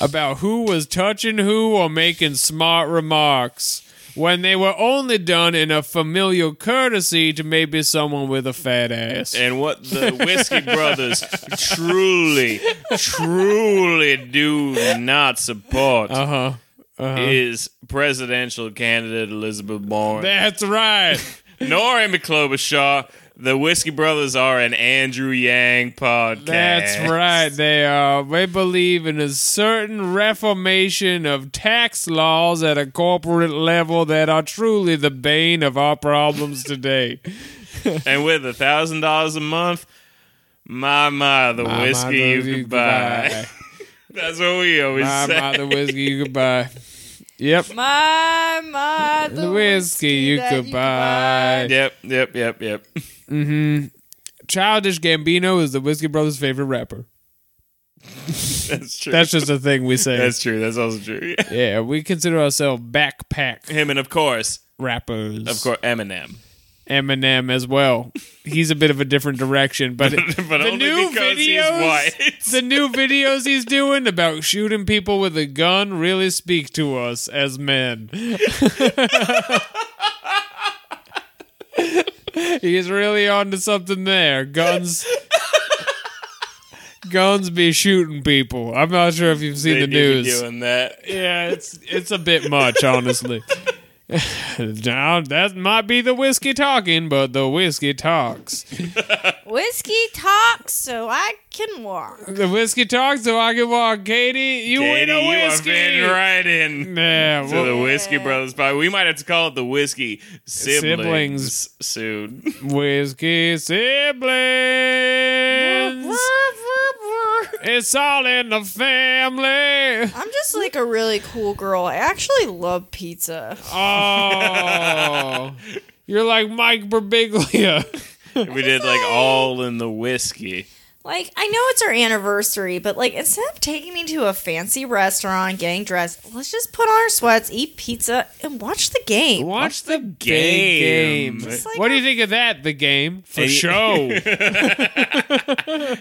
about who was touching who or making smart remarks when they were only done in a familial courtesy to maybe someone with a fat ass.
And what the Whiskey Brothers truly, truly do not support
Uh huh.
is presidential candidate Elizabeth Warren,
That's right.
nor Amy Klobuchar. The Whiskey Brothers are an Andrew Yang podcast.
That's right. They are. They believe in a certain reformation of tax laws at a corporate level that are truly the bane of our problems today.
And with a thousand dollars a month, my my, the
My, my,
whiskey you
the-
could buy. That's what we always
My,
say.
my, the whiskey you could buy. Yep.
My my
The whiskey you
that
could buy.
Yep, yep, yep, yep.
Childish Gambino is the Whiskey Brothers' favorite rapper.
That's true.
That's just a thing we say.
That's true. That's also true. Yeah.
yeah, we consider ourselves backpack
Him and of course,
rappers.
of course, Eminem.
Eminem as well. He's a bit of a different direction, but
but
the
only
new
because
videos,
he's
the
white.
new videos he's doing about shooting people with a gun really speak to us as men. he's really onto something there. Guns. Guns be shooting people. I'm not sure if you've seen
They
the
need to be
news.
doing that.
Yeah, it's it's a bit much, honestly. now that might be the whiskey talking, but the whiskey talks.
Whiskey talks so I can walk.
The whiskey talks, so I can walk. Katie, you win
Katie,
a
you are
whiskey.
fitting right in.
Yeah,
To the
well,
Whiskey Brothers pie. We might have to call it the Whiskey Siblings,
Siblings.
soon.
whiskey siblings. it's all in the family.
I'm just like a really cool girl. I actually love pizza.
Oh, you're like Mike Birbiglia.
we did like all in the whiskey.
Like I know it's our anniversary, but like instead of taking me to a fancy restaurant, getting dressed, let's just put on our sweats, eat pizza, and watch the game.
Watch the
game.
game.
It's
like
what do
a-
you think of that? The game for
And you-
show.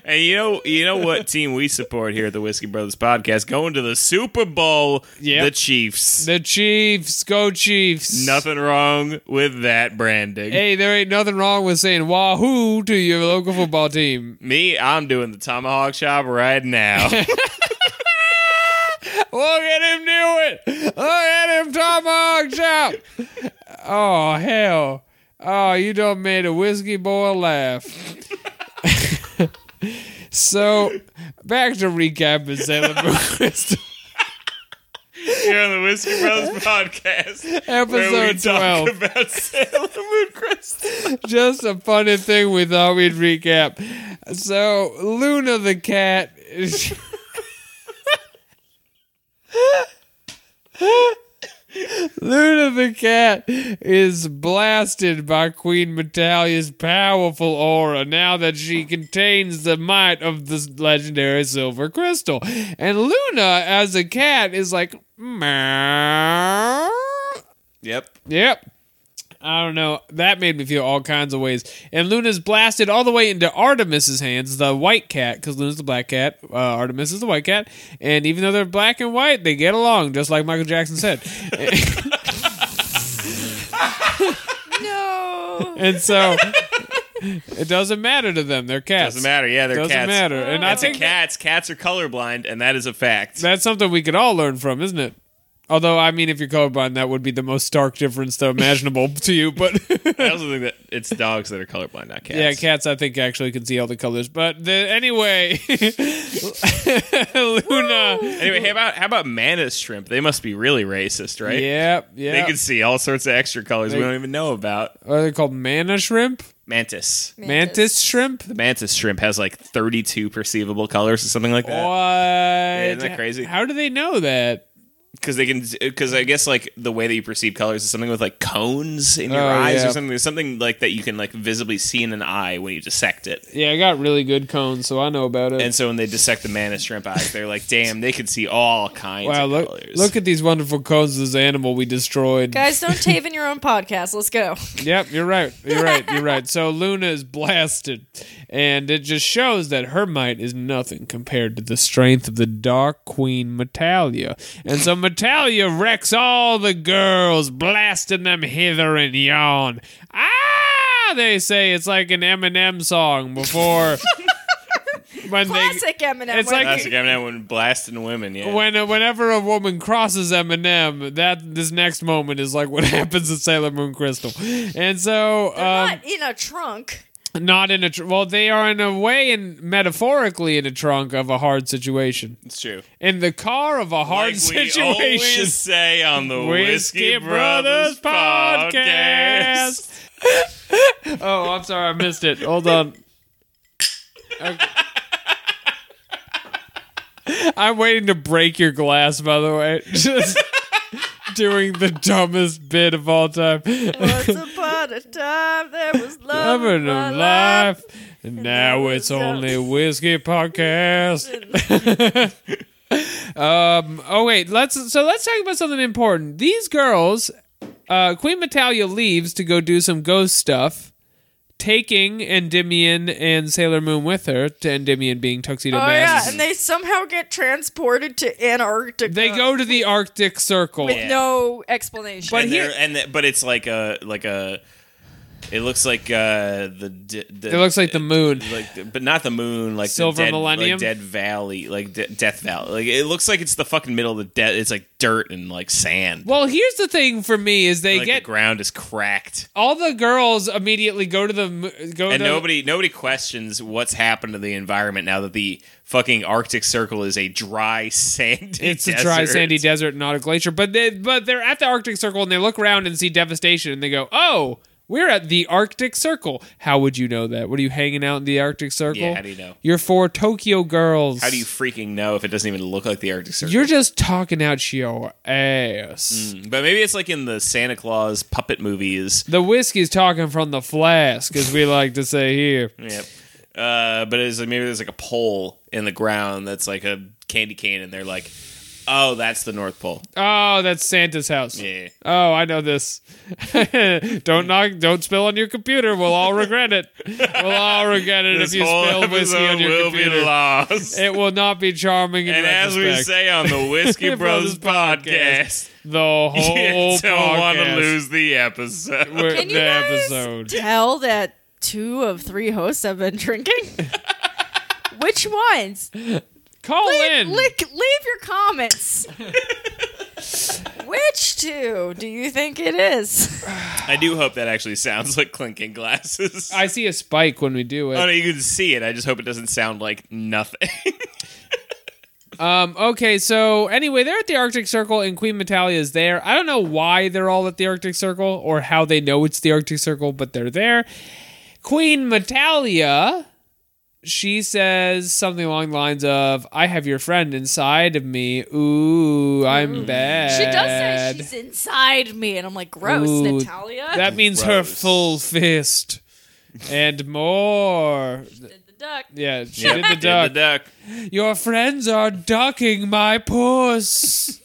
And you know, you know what team we support here at the Whiskey Brothers podcast? Going to the Super Bowl,
Yep.
the Chiefs.
the Chiefs go Chiefs.
Nothing wrong with that branding.
Hey, there ain't nothing wrong with saying "wahoo" to your local football team.
Me, I'm doing the tomahawk shop right now.
Look at him do it. Look at him tomahawk chop. Oh hell. Oh, you done made a whiskey boy laugh. so, back to recap and Sailor Moon Crystal.
here on the Whiskey Brothers podcast. where we
Episode 12.
talk about Sailor Moon Crystal.
just a funny thing we thought we'd recap. So Luna the cat. is- Luna the cat is blasted by Queen Metallia's powerful aura now that she contains the might of the legendary silver crystal. And Luna, as a cat, is like, meow.
Yep.
Yep. I don't know. That made me feel all kinds of ways. And Luna's blasted all the way into Artemis's hands, the white cat, because Luna's the black cat. Uh, Artemis is the white cat. And even though they're black and white, they get along, just like Michael Jackson said.
No.
and so it doesn't matter to them. They're cats.
Doesn't matter. Yeah, they're
Doesn't
cats.
matter. And I
That's a
think
cats. Cats are colorblind, and that is a fact.
that's something we could all learn from, isn't it? Although, I mean, if you're colorblind, that would be the most stark difference, though, imaginable to you. But
I also think that it's dogs that are colorblind, not cats.
Yeah, cats I think actually can see all the colors. But the, anyway, Luna.
Anyway, how about how about mantis shrimp? They must be really racist, right?
Yep,
They
yeah.
can see all sorts of extra colors we
They-
don't even know about.
Are they called manna shrimp?
Mantis.
Mantis, shrimp?
The mantis shrimp has like 32 perceivable colors or something like
Oh.
that.
What?
isn't that crazy?
How do they know that?
Because they can, because I guess like the way that you perceive colors is something with like cones in your
Oh,
eyes
yeah.
or something. There's something like that you can like visibly see in an eye when you dissect it.
Yeah, I got really good cones, so I know about it.
And so when they dissect the mantis shrimp eyes, they're like, damn, they could see all kinds
wow,
of
look
colors.
look at these wonderful cones of this animal we destroyed.
Guys, don't tave in your own podcast. Let's go.
Yep, you're right. You're right. You're right. So Luna is blasted, and it just shows that her might is nothing compared to the strength of the Dark Queen Metalia. And so Metalia wrecks all the girls, blasting them hither and yon. Ah, they say it's like an Eminem song before. when
Classic Eminem.
It's
where
like-
he-
Classic Eminem when blasting women, yeah.
when whenever a woman crosses Eminem, that this next moment is like what happens in Sailor Moon Crystal, and so
They're
um,
not in a trunk.
not in a tr- well they are in a way and metaphorically in a trunk of a hard situation
It's true.
in the car of a
like
hard
We
situation
always say on the
Whiskey
Whiskey, Brothers, podcast.
podcast. oh, I'm sorry, I missed it. Hold on. Okay. I'm waiting to break your glass, by the way. Just doing the dumbest bit of all time.
Once upon a time, there was love in
Loving
my
of
life.
life. And now it's only whiskey podcast. um. Oh wait. Let's. So let's talk about something important. These girls. Uh, Queen Metalia leaves to go do some ghost stuff, taking Endymion and Sailor Moon with her. To Endymion being tuxedo
Oh,
mask.
yeah. And they somehow get transported to Antarctica.
they go to the Arctic Circle.
with no explanation.
But
and
here-
they're- and the, but it's like a like a. It looks like uh, the, d- the.
It looks like the moon.
like, the, but not the moon, like
Silver
the dead,
Millennium?
like Dead Valley, like de- Death Valley. Like it looks like it's the fucking middle of the dead. It's like dirt and like sand.
Well, here's the thing for me is they
like
get
the ground is cracked,
all the girls immediately go to the mo- go
and
to
nobody nobody questions what's happened to the environment now that the fucking Arctic Circle is a dry sandy.
it's a dry
desert.
sandy desert not a glacier but they but they're at the arctic circle and they look around and see devastation and they go oh we're at the arctic circle how would you know that what are you hanging out in the arctic circle
Yeah, how do you know?
you're four tokyo girls
How do you freaking know if it doesn't even look like the Arctic Circle?
you're just talking out your ass
but maybe it's like in the Santa Claus puppet movies.
the whiskey's talking from the flask as we like to say here
Yep. Uh, but it's like maybe there's like a pole in the ground that's like a candy cane, and they're like, "Oh, that's the North Pole."
oh that's santa's house
Yeah.
Oh, I know this. don't knock. Don't spill on your computer. We'll all regret it. We'll all regret it if you spill whiskey on your computer.
lost.
It will not be charming in
and as we
retrospect.
say on the Whiskey
Brothers
Brothers podcast,
the whole
you don't want to
podcast,
lose the episode.
we're-
Can you
the
guys
episode.
tell that two of three hosts have been drinking? Which ones?
Call in.
Lick, leave your comments. Which two do you think it is?
I do hope that actually sounds like clinking glasses.
I see a spike when we do
Oh,
it.
no, you can see it. I just hope it doesn't sound like nothing.
Um, okay, so anyway, they're at the Arctic Circle, and Queen Metalia is there. I don't know why they're all at the Arctic Circle or how they know it's the Arctic Circle, but they're there. Queen Metalia, she says something along the lines of, I have your friend inside of me. Ooh, I'm bad.
She does say she's inside me, and I'm like, gross,
Ooh,
Natalia.
That means her
Gross.
full fist and more.
Did the duck.
Yeah, she
Yep,
did the duck.
duck.
Your friends are ducking my puss.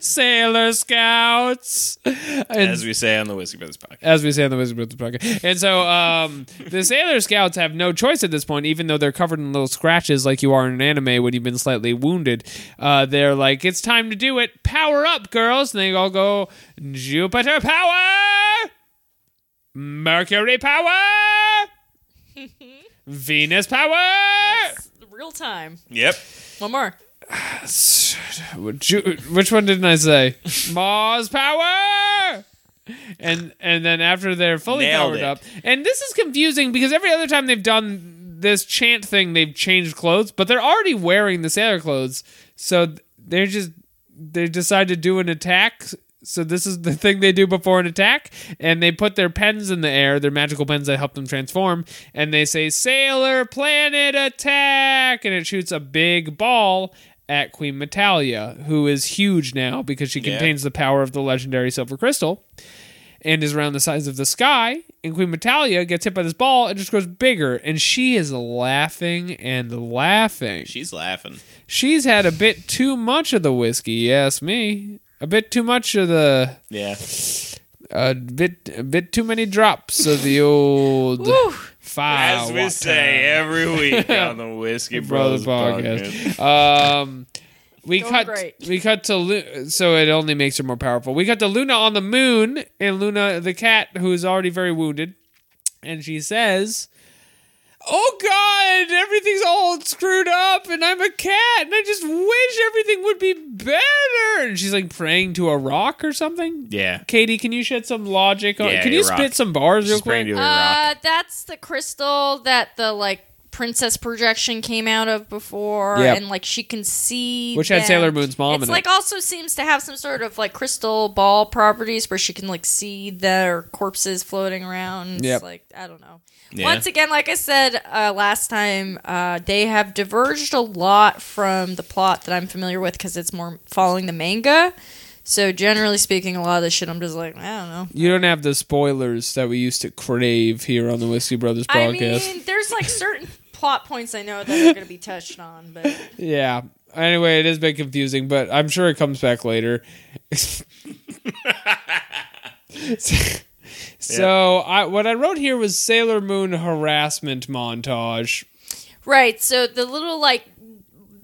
Sailor Scouts. And-
As we say on the Whiskey Brothers podcast.
as we say on the Wizard Brothers podcast. And so um, the Sailor Scouts have no choice at this point, even though they're covered in little scratches like you are in an anime when you've been slightly wounded. Uh, they're like, it's time to do it. Power up, girls. And they all go, Jupiter power! Mercury power! Venus power!
Real time.
Yep.
One more.
Ju- Which one didn't I say? Mars power. And and then after they're fully
Nailed
powered
it.
up, and this is confusing because every other time they've done this chant thing, they've changed clothes, but they're already wearing the sailor clothes, so they're just they decide to do an attack. So this is the thing they do before an attack, and they put their pens in the air, their magical pens that help them transform, and they say "Sailor Planet Attack," and it shoots a big ball at Queen Metalia, who is huge now because she
Yeah.
contains the power of the legendary Silver Crystal, and is around the size of the sky. And Queen Metalia gets hit by this ball and just grows bigger, and she is laughing and laughing.
She's laughing.
She's had a bit too much of the whiskey, you ask me. A bit too much of the
Yeah.
a bit a bit too many drops of the old five.
As we say every week on the Whiskey
Uh, Brother
Brothers
podcast.
podcast.
Um, we cut
great.
we cut to Lu- so it only makes her more powerful. We cut to Luna on the moon and Luna the cat who is already very wounded, and she says. Oh God! Everything's all screwed up, and I'm a cat, and I just wish everything would be better. And she's like praying to a rock or something.
Yeah.
Katie, can you shed some logic on?
Yeah,
can you
a rock.
spit some bars real
She's
quick?
praying to a rock.
Uh, that's the crystal that the like princess projection came out of before,
Yep.
and like she can see.
Which had
them.
Sailor Moon's mom
It's
in
like
it.
also seems to have some sort of like crystal ball properties where she can like see their corpses floating around. It's
Yep.
like I don't know.
Yeah.
Once again, like I said uh, last time, uh, they have diverged a lot from the plot that I'm familiar with because it's more following the manga. So generally speaking, a lot of this shit, I'm just like I don't know.
You don't have the spoilers that we used to crave here on the Whiskey Brothers
I
podcast.
mean, there's like certain plot points I know that are going to be touched on, but
yeah. Anyway, it has been confusing, but I'm sure it comes back later. so, I, what I wrote here was Sailor Moon harassment montage.
right. So the little like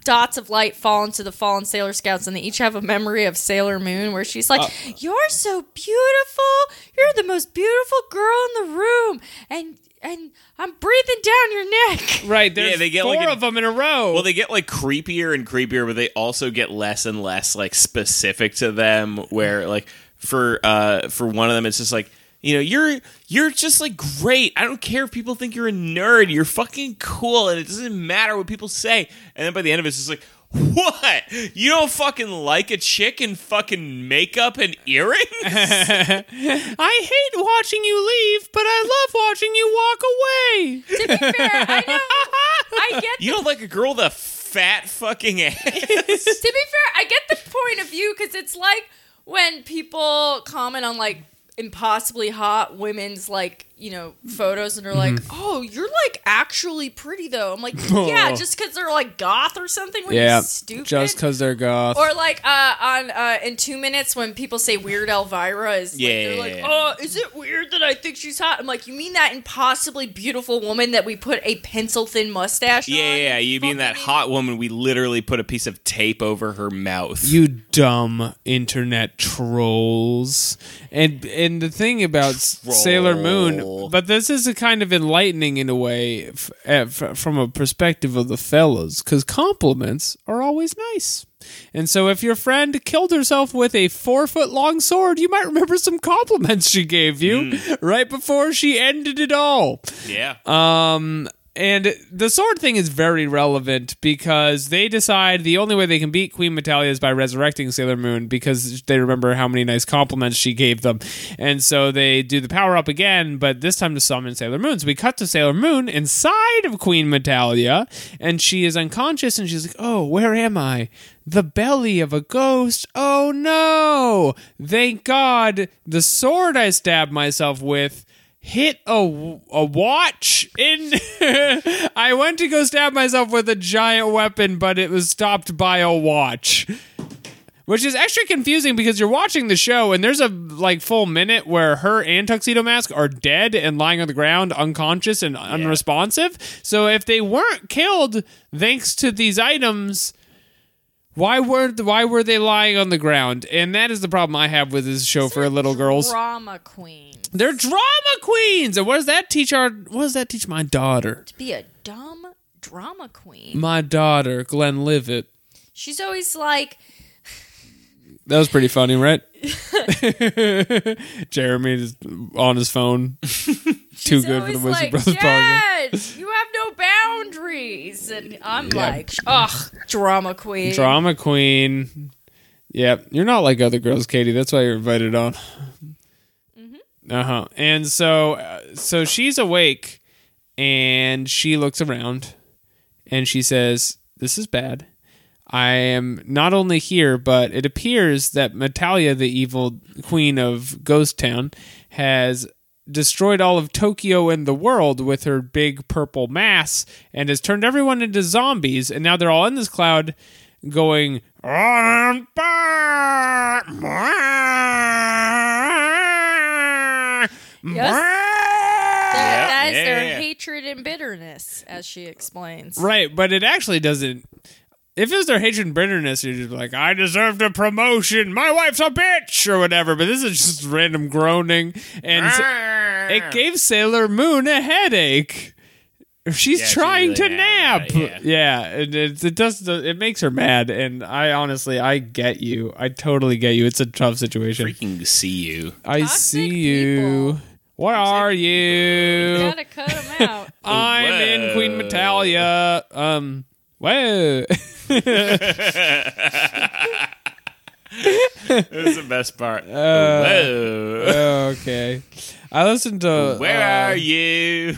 dots of light fall into the fallen Sailor Scouts, and they each have a memory of Sailor Moon, where she's like, "You're so beautiful. You're the most beautiful girl in the room," and and I'm breathing down your neck.
Right, there's
they get
four
like a-
of them in a row.
Well, they get like creepier and creepier, but they also get less and less like specific to them. Where like for uh for one of them, it's just like you know you're you're just like great. I don't care if people think you're a nerd. You're fucking cool, and it doesn't matter what people say. And then by the end of it, it's just like. What? You don't fucking like a chick in fucking makeup and earrings?
I hate watching you leave, but I love watching you walk away.
to be fair, I know. I get
You don't like a girl with a fat fucking ass?
to be fair, I get the point of view because it's like when people comment on like impossibly hot women's like you know photos and they're like,
Mm-hmm.
"Oh, you're like actually pretty though." I'm like, "Yeah, just because they're like goth or something." Like, yeah, stupid.
just because they're goth.
Or like uh, on uh, in two minutes when people say Weird Elvira is
Yeah,
like, they're
yeah,
like,
yeah.
oh, is it weird that I think she's hot? I'm like, you mean that impossibly beautiful woman that we put a pencil thin mustache
Yeah,
on?
yeah, yeah. You mean that
Fucking
hot woman? We literally put a piece of tape over her mouth.
You dumb internet trolls. And and the thing about S- Sailor Moon,
Troll.
but this is a kind of enlightening in a way f- eh, f- from a perspective of the fellas cuz compliments are always nice. And so if your friend killed herself with a 4-foot long sword, you might remember some
Uh,
compliments she gave you right before she ended it all.
yeah.
And the sword thing is very relevant because they decide the only way they can beat Queen Metalia is by resurrecting Sailor Moon because they remember how many nice compliments she gave them. And so they do the power up again, but this time to summon Sailor Moon. So we cut to Sailor Moon inside of Queen Metalia, and she is unconscious and she's like, Oh, where am I? The belly of a ghost. Oh no! Thank God the sword I stabbed myself with hit a, a watch in i went to go stab myself with a giant weapon but it was stopped by a watch which is extra confusing because you're watching the show and there's a like full minute where her and tuxedo mask are dead and lying on the ground unconscious and unresponsive so if they weren't killed thanks to these items why were why were they lying on the ground and that is the problem i have with this show for little girls
Drama queen.
they're drama queens, and what does that teach our? What does that teach my daughter?
Be a dumb drama queen.
My daughter, Glenn Livett.
She's always like,
That was pretty funny, right? Jeremy is on his phone. Too good for the
always
Wizard
like,
Brothers
Dad,
podcast.
you have no boundaries, and I'm like, ugh, drama queen.
Drama queen. Yep, you're not like other girls, Katie. That's why you're invited on.
Mm-hmm.
Uh huh. And so, uh, so she's awake, and she looks around, and she says, "This is bad. I am not only here, but it appears that Metalia, the evil queen of Ghost Town, has." Destroyed all of Tokyo and the world with her big purple mass and has turned everyone into zombies. And now they're all in this cloud going,
Yeah,
that is
yeah,
their
yeah, yeah.
hatred and bitterness, as she explains.
Right, but it actually doesn't. If it was their hatred and bitterness, you're just like, I deserved a promotion. My wife's a bitch or whatever. But this is just random groaning, and s-
Ah. Uh,
it gave Sailor Moon a headache. She's
Yeah, she
trying
really
to
mad
nap.
about
Yeah,
it,
it, it, it does. It makes her mad, and I honestly, I get you. I totally get you. It's a tough situation.
Freaking see you.
I
Toxic
see you.
people.
What are you?
Gotta cut them out.
I'm in Queen
Whoa.
Metalia. Um, whoa.
That's the best part. Uh, Whoa.
Oh, okay. I listened to
Where
uh,
are you?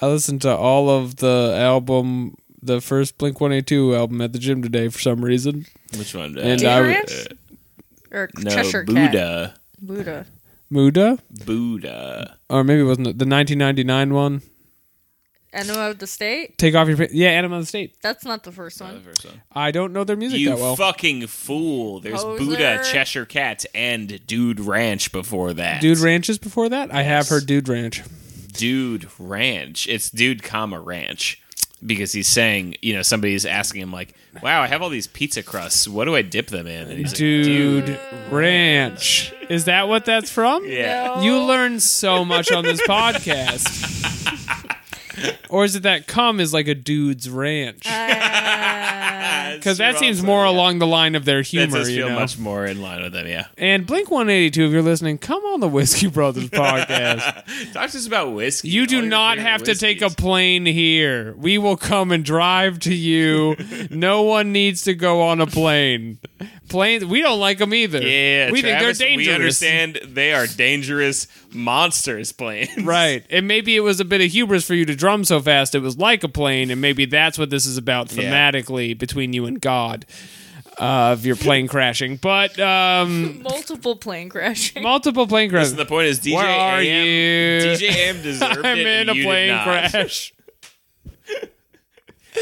I listened to all of the album, the first Blink One Eight Two album at the gym today for some reason.
Which one? Uh,
And I-
Terrence or
no,
Cheshire Cat.
Buddha.
Buddha.
Muda,
Buddha.
or maybe it wasn't it, the 1999 one.
Enema of the State.
Take off your pa- yeah, Anima of the State.
That's not the first one.
I don't know their music
You
that well.
fucking fool. There's
Poser.
Buddha, Cheshire Cat, and Dude Ranch before that.
Dude Ranches before that. I have
Yes.
heard Dude Ranch.
Dude Ranch. It's Dude, comma Ranch. Because he's saying, you know, somebody's asking him, like, wow, I have all these pizza crusts. What do I dip them in? And he's like,
Dude, Ranch. Is that what that's from?
yeah.
You learn so much on this podcast. or is it that cum is like a dude's ranch? Because that seems more along the line of their
That
humor,
does
you
feel
know.
much more in line with them, yeah.
and Blink 182, if you're listening, come on the Whiskey Brothers podcast.
Talk to us about whiskey.
You
All
do
your
not
favorite
have to take a
whiskeys.
plane here. We will come and drive to you. no one needs to go on a plane. Planes, we don't like them either.
Yeah,
we
Travis,
think they're dangerous.
We understand they are dangerous monsters planes.
Right. And maybe it was a bit of hubris for you to drum so fast it was like a plane, and maybe that's what this is about
Yeah.
thematically between you and God uh, of your plane crashing. But um,
Multiple plane crashing.
multiple plane crashes.
The point is, DJ
Where are
AM,
you?
DJ AM deserved
I'm
it.
in
and
a
you did
plane
not.
crash.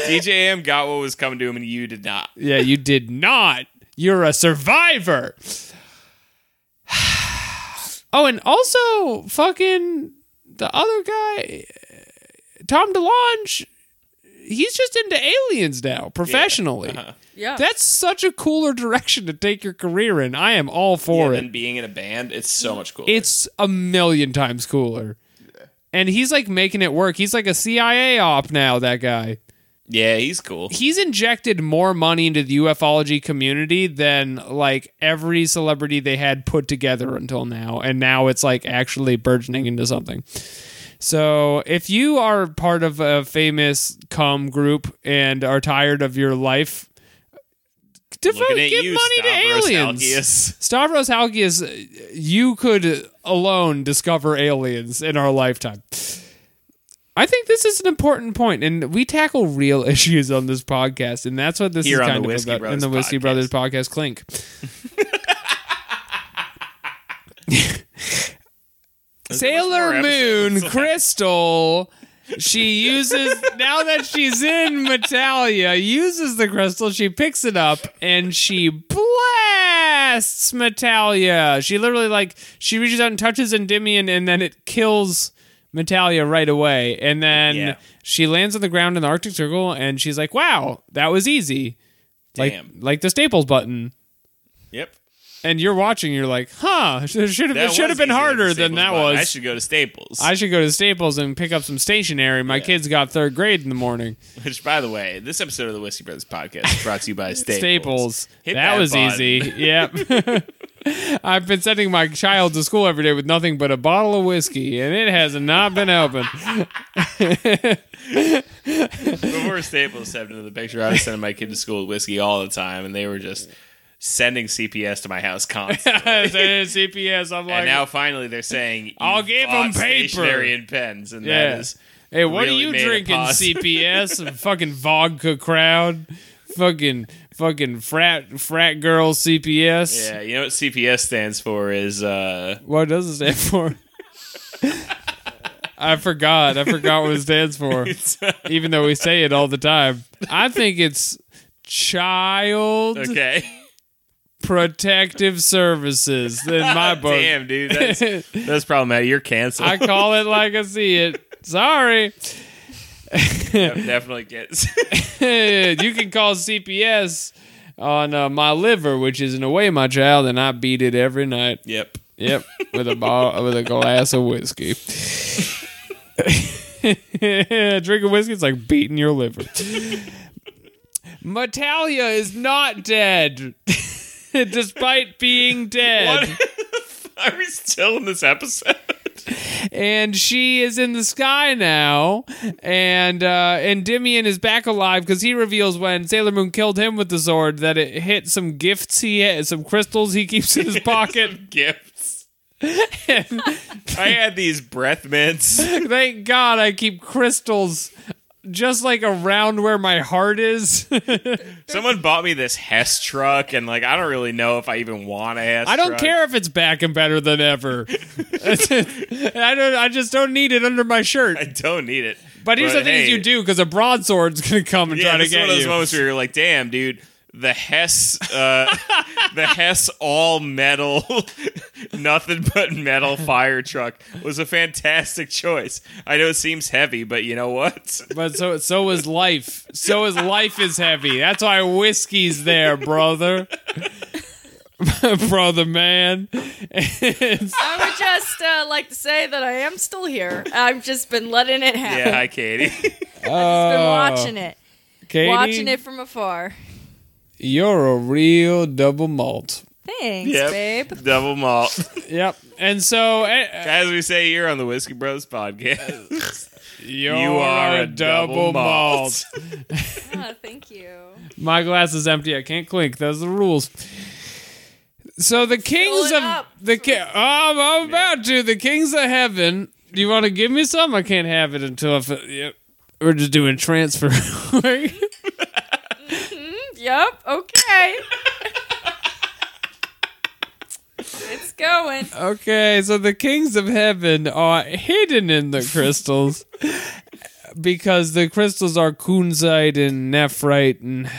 DJ AM got what was coming to him, and you did not.
yeah, you did not. You're a survivor. oh, and also fucking the other guy, Tom DeLonge. He's just into aliens now, professionally.
Yeah.
That's such a cooler direction to take your career in. I am all for
and
it.
being in a band, it's so much cooler.
It's a million times cooler. And he's like making it work. He's like a CIA op now, that guy.
yeah, he's cool.
He's injected more money into the ufology community than like every celebrity they had put together until now. And now it's like actually burgeoning into something. So if you are part of a famous cum group and are tired of your life, devote,
Looking at
give
you,
money
Stavros
to aliens.
Halkias.
Stavros Halkias, uh, you could alone discover aliens in our lifetime. I think this is an important point, and we tackle real issues on this podcast, and that's what this
Here
is
on
kind
the
of
Whiskey
about in
Brothers
the Whiskey
podcast.
Brothers podcast. Clink. Sailor
There's much more
Moon
episodes left.
Crystal. She uses now that she's in Metalia, uses the crystal, she picks it up, and she blasts Metalia. She literally like she reaches out and touches Endymion and then it kills Metalia right away. And then
Yeah.
she lands on the ground in the Arctic Circle and she's like, Wow, that was easy.
Damn.
Like like the staples button.
Yep.
And you're watching, you're like, huh, it should have
That
it should
was
have been
easier
harder than
Staples,
that
but
was.
I should go to Staples.
I should go to Staples and pick up some stationery. My kids got third grade in the morning.
Which, by the way, this episode of the Whiskey Brothers podcast is brought to you by Staples.
Staples.
Hit
that,
that
was
button.
easy. Yep. I've been sending my child to school every day with nothing but a bottle of whiskey, and it has not been helping.
Before Staples stepped into the picture, I was sending my kid to school with whiskey all the time, and they were just sending CPS to my house constantly.
It's in CPS. I'm like,
and now finally they're saying,
I'll
"You
give 'em
bought
paper."
stationery and pens, and
Yeah.
that is
hey, what
really
are
made
you
a
drinking,
pause.
CPS? fucking vodka crowd, fucking fucking frat frat girl CPS.
yeah. You know what CPS stands for is uh,
What does it stand for? I forgot. I forgot what it stands for.
uh,
Even though we say it all the time. I think it's Child
okay.
Protective Services in my book.
Damn, dude, that's that's problematic. You're canceled.
I call it like I see it. Sorry.
definitely gets.
you can call CPS on uh, my liver, which is in a way my child, and I beat it every night.
yep.
Yep, with a ball, with a glass of whiskey. Drinking whiskey is like beating your liver. Metalia is not dead, despite being dead,
What? Are we still in this episode?
and she is in the sky now. And uh, Endymion is back alive because he reveals when Sailor Moon killed him with the sword that it hit some gifts he had, some crystals he keeps in his pocket.
Gifts. I had these breath mints.
Thank God I keep crystals just like around where my heart is.
Someone bought me this Hess truck, and like I don't really know if I even want a Hess.
I don't
truck.
care if it's back and better than ever. I don't I just don't need it under my shirt.
I don't need it.
But here's the things
hey,
you do because a broadsword's gonna come and
Yeah,
try to
this is
get
one of those
you.
moments where you're like, "Damn, dude, the Hess, uh, the Hess all metal, nothing but metal fire truck was a fantastic choice. I know it seems heavy, but you know what?
But so so is life. So is life is heavy. That's why whiskey's there, brother. brother man.
I would just uh, like to say that I am still here. I've just been letting it happen.
yeah, hi, Katie.
I've been watching it,
Katie,
watching it from afar.
You're a real double malt.
Thanks, babe.
double malt.
Yep. And so eh,
As we say here on the Whiskey Bros podcast,
You're
you are a double malt.
Oh, thank you.
My glass is empty. I can't clink. Those are the rules. So the kings
it
of
up.
the ki- oh, I'm, I'm about to the kings of heaven. Do you want to give me some? I can't have it until if it, yep. we're just doing transfer.
Yep. Okay. it's going.
okay, so the kings of heaven are hidden in the crystals because the crystals are kunzite and nephrite and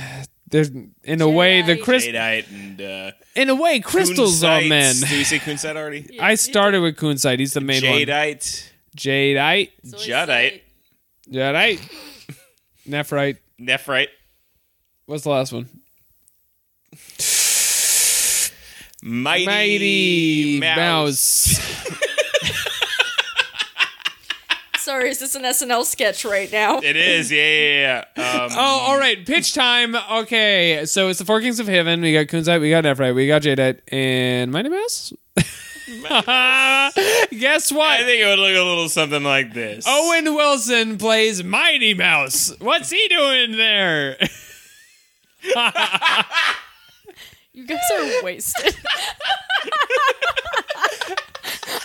they're in a way the
Jadeite.
crystal
Jadeite and uh,
in a way crystals are
Kunzite.
men.
Did we say Kunzite already?
I started with Kunzite. He's the main one.
Jadeite,
Jadeite.
Jadeite,
Jadeite. Nephrite.
Nephrite,
What's the last one?
Mighty,
Mighty
Mouse.
Mouse.
Sorry, is this an SNL sketch right now?
It is, yeah, yeah, yeah. Um,
Oh, all right. Pitch time. Okay. So it's the Four Kings of Heaven. We got Kunzite. We got Nephrite. We got Jadeite. And Mighty Mouse? Guess what?
I think it would look a little something like this.
Owen Wilson plays Mighty Mouse. What's he doing there?
You guys are wasted.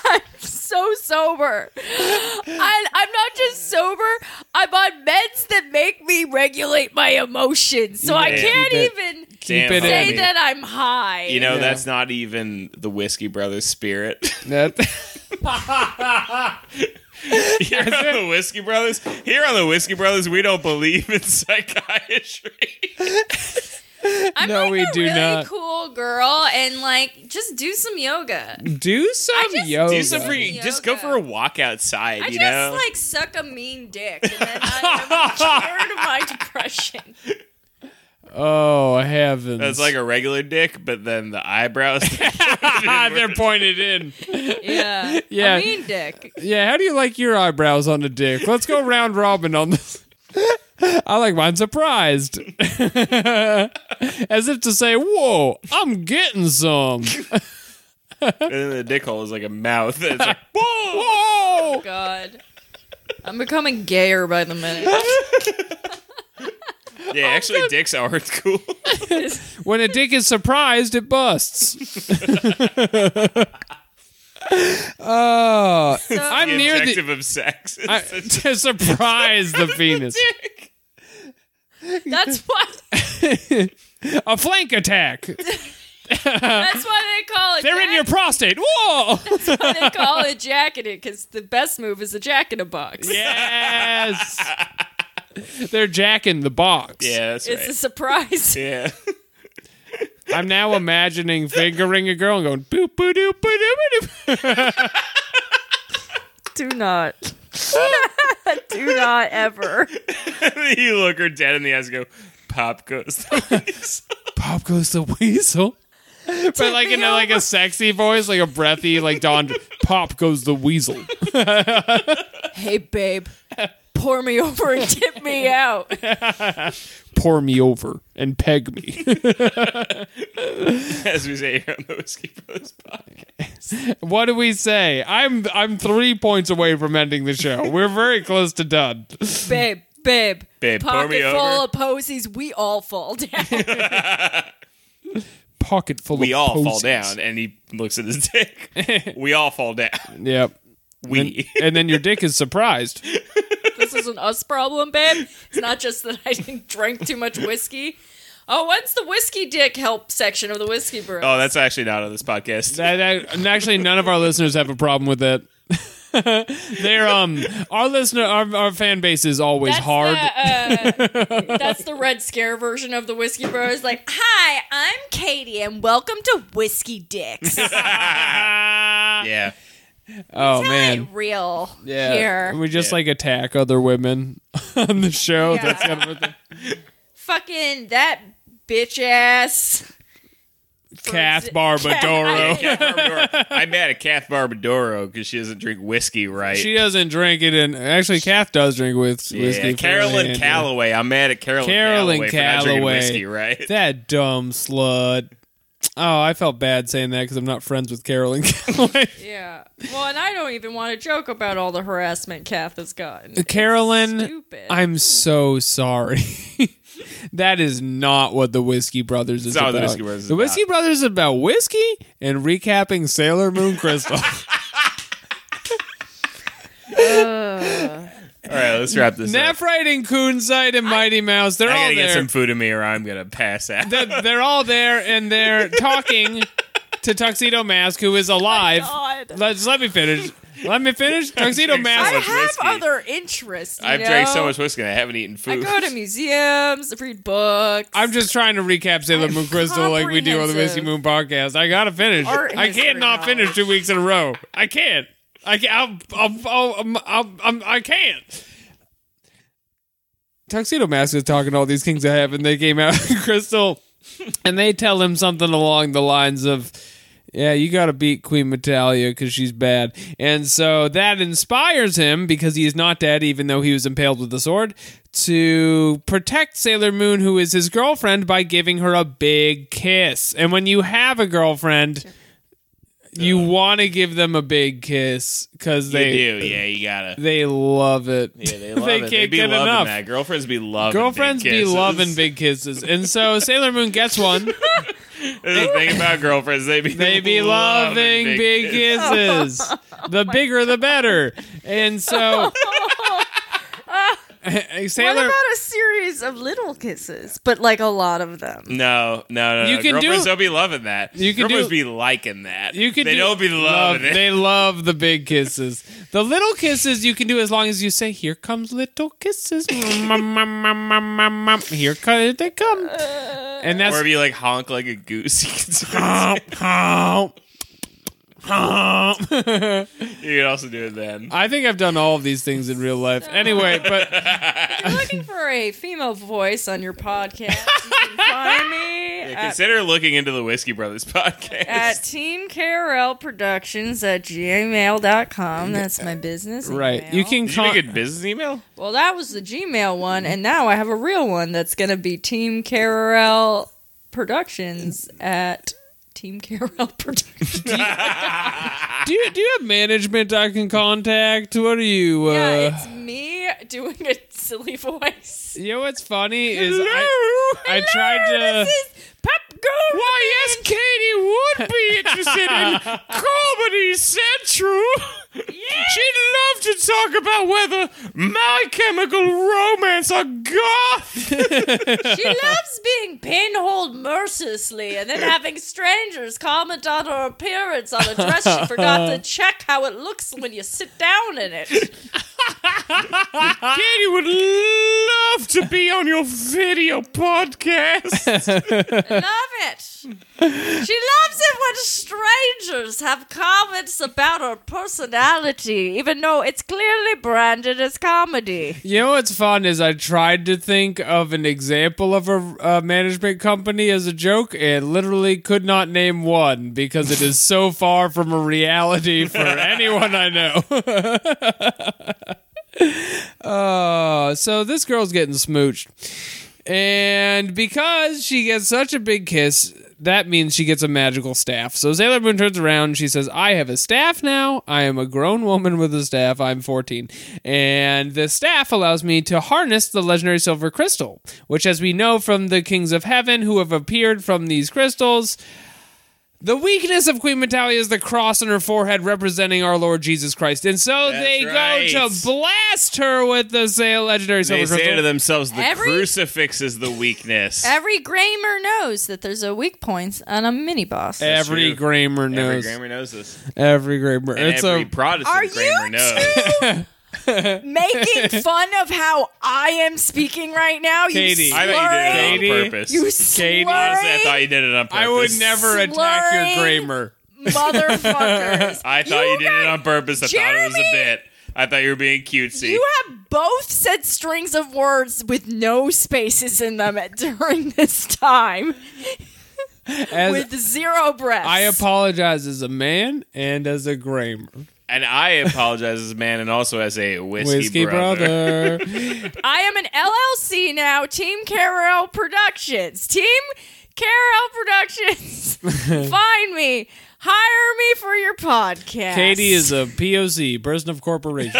I'm so sober. I, I'm not just sober. I'm on meds that make me regulate my emotions, so I
Yeah.
can't
Keep
even
Damn,
Keep it
say
in.
homie.
that I'm high.
You know,
Yeah.
that's not even the Whiskey Brothers spirit.
That-
Here on the Whiskey Brothers, here on the Whiskey Brothers, we don't believe in psychiatry.
I'm
No,
like
we
a
do
really
not.
cool girl, and like just do some yoga.
do some
just-
yoga.
Do some free,
Yoga.
just go for a walk outside.
I
you
just
know,
like suck a mean dick, and then I am cured of my depression.
oh heavens!
that's like a regular dick, but then the eyebrows.
ah, they're pointed in.
Yeah,
Yeah.
a mean dick.
Yeah, how do you like your eyebrows on a dick? Let's go round robin on this. I like mine surprised. As if to say, whoa, I'm getting some.
and then the dick hole is like a mouth. It's like, whoa.
Whoa!
God. I'm becoming gayer by the minute.
Yeah, actually, dicks are cool.
When a dick is surprised, it busts. Oh, I'm
the
near the
objective of sex. is
I,
that-
to surprise the penis.
That's why
Uh, A flank attack.
that's why they call it
They're in your prostate. Whoa!
jack- they call it jacketed cuz the best move is a jack in a box.
Yes. They're jacking the box.
yeah, that's
It's
right.
a surprise.
yeah.
I'm now imagining fingering a girl and going boop boop doop boop doop doop.
Do not. Do not ever.
you look her dead in the eyes and go, Pop goes the weasel."
Pop goes the weasel. But like in a, like a sexy voice, like a breathy, like Don. Pop goes the weasel.
Hey babe, pour me over and tip me out.
Pour me over and peg me.
As we say here on the Whiskey Brothers podcast.
what do we say? I'm I'm three points away from ending the show. We're very close to done.
Babe, babe.
Babe, pour
pocket
me
full
over.
of posies, we all fall down.
Pocket full
We
of
all fall
posies.
down. And he looks at his dick. we all fall down.
Yep.
We.
And then your dick is surprised.
this is an us problem, babe. It's not just that I didn't drink too much whiskey. Oh, when's the whiskey dick help section of the whiskey brew?
Oh, that's actually not on this podcast.
That- that- and actually, none of our listeners have a problem with that. They're um our listener our, our fan base is always
that's
hard.
The, uh, that's the Red Scare version of the Whiskey Bros. Like, hi, I'm Katie, and welcome to Whiskey Dicks.
yeah.
oh man,
Ain't real
yeah.
here.
We just
Yeah.
like attack other women on the show.
Yeah.
That's kind of the
Fucking that bitch ass.
Kath
Cat-
Barbadoro.
Kath Barbadoro. I'm mad at Kath Barbadoro because she doesn't drink whiskey right.
She doesn't drink it, and actually, Kath does drink with
yeah.
whiskey.
Carolyn
apparently, and-
Calloway. I'm mad at Carolyn, Calloway,
Carolyn
for not drinking
Calloway.
whiskey right.
That dumb slut. Oh, I felt bad saying that because I'm not friends with Carolyn Calloway.
Yeah. Well, and I don't even want to joke about all the harassment Kath has gotten.
Carolyn,
stupid.
I'm so sorry. that is not what the Whiskey Brothers is
not what
about.
the Whiskey Brothers is
The Whiskey Brothers is about whiskey and recapping Sailor Moon Crystal.
All right, let's wrap this up.
Nephrite and Coonsite and Mighty Mouse, they're
I
all
gotta
there.
get some food in me or I'm gonna pass out.
they're, they're all there and they're talking to Tuxedo Mask, who is alive.
Oh God.
Let's let me finish. Let me finish. Tuxedo
Drink so
Mask.
I
much
have
whiskey.
other interests. you
I've drank so
know?
much whiskey and I haven't eaten
I
food.
go to museums, read books.
I'm just trying to recap Sailor Moon Crystal like we do on the Whiskey
comprehensive.
Moon podcast. I gotta finish.
Art
I can't
history
not finish
knowledge.
two weeks in a row. I can't. I can't. I'm, I'm, I'm, I'm, I'm, I can't. Tuxedo Mask is talking to all these kings I have, and they came out Crystal, and they tell him something along the lines of. Yeah, you got to beat Queen Metalia because she's bad. And so that inspires him, because he is not dead, even though he was impaled with a sword, to protect Sailor Moon, who is his girlfriend, by giving her a big kiss. And when you have a girlfriend, You want to give them a big kiss because
They
they
do, yeah. You gotta.
They love it.
Yeah, they love it.
can't
They be
get
loving
enough.
that. Girlfriends be loving.
Girlfriends
big
be
kisses.
loving big kisses, and so Sailor Moon gets one.
That's the thing about girlfriends. They be
They be loving big
kisses.
kisses. The bigger, the better. And so,
What
Sailor,
about a series of little kisses, but like a lot of them?
No, no, no.
You
no.
can do-
girlfriends do, not be loving that.
You can
girlfriends
do-
be liking that.
you can
They
do,
don't be loving it.
They love the big kisses. The little kisses you can do as long as you say, "Here comes little kisses." Mm, Mum, mum, mum, mum, mum, mum. mm, Here co- they come, and that's
Uh, Or if you like honk like a goose, you can,
Hump, hump, hump.
you can also do it then.
I think I've done all of these things in real life. Anyway, but
If you're looking for a female voice on your podcast, you can find me at,
Consider looking into the Whiskey Brothers podcast.
at Team KRL Productions at gmail.com. That's my business.
right,
email.
you can
Did you make
con-
a business email?
Well, that was the Gmail one, and now I have a real one that's going to be Team KRL Productions at Team KRL Productions.
do you do you have management I can contact? What are you? Uh,
yeah, it's me doing a silly voice.
you know what's funny is I, I tried to.
This is Pop Go.
Why yes, Katie would be interested in Comedy Central. She'd love to talk about whether My Chemical Romance are goth.
She loves being pinholed mercilessly and then having strangers comment on her appearance on a dress she forgot to check how it looks when you sit down in it. Ah.
Katie would love to be on your video podcast.
Love it. She loves it when strangers have comments about her personality, even though it's clearly branded as comedy.
you know what's fun is I tried to think of an example of a uh, management company as a joke and literally could not name one because it is so far from a reality for anyone I know. uh, so this girl's getting smooched. And because she gets such a big kiss, that means she gets a magical staff. So Sailor Moon turns around and she says, I have a staff now. I am a grown woman with a staff. I'm 14. And the staff allows me to harness the legendary silver crystal, which, as we know from the kings of heaven who have appeared from these crystals, the weakness of Queen Metalia is the cross on her forehead representing our Lord Jesus Christ. And so
That's
they
right.
go to blast her with the sa- legendary silver
They
crystal.
say to themselves, the
Every-
crucifix is the weakness.
Every Gramer knows that there's a weak point on a mini boss.
That's
Every
true.
Grammar
Every
knows. um,
grammar knows this.
Every Grammar.
And
it's
every
a
Protestant
Are
grammar
you
knows.
Making fun of how I am speaking right now,
Katie.
you
I
slurry.
thought you did it on
Katie.
purpose.
You
Katie.
slurry,
Honestly, I thought you did it on purpose.
I would never attack your Grammar.
motherfuckers.
I thought you, did it
got-
on purpose. I thought it was a bit. I thought you were being cutesy.
You have both said strings of words with no spaces in them at- during this time,
As
with zero breaths.
I apologize as a man and as a Grammar.
and I apologize as a man and also as a whiskey,
Whiskey
brother.
brother.
I am an LLC now, Team Carol Productions. Team Carol Productions, find me. Hire me for your podcast.
Katie is a POC, person of corporation.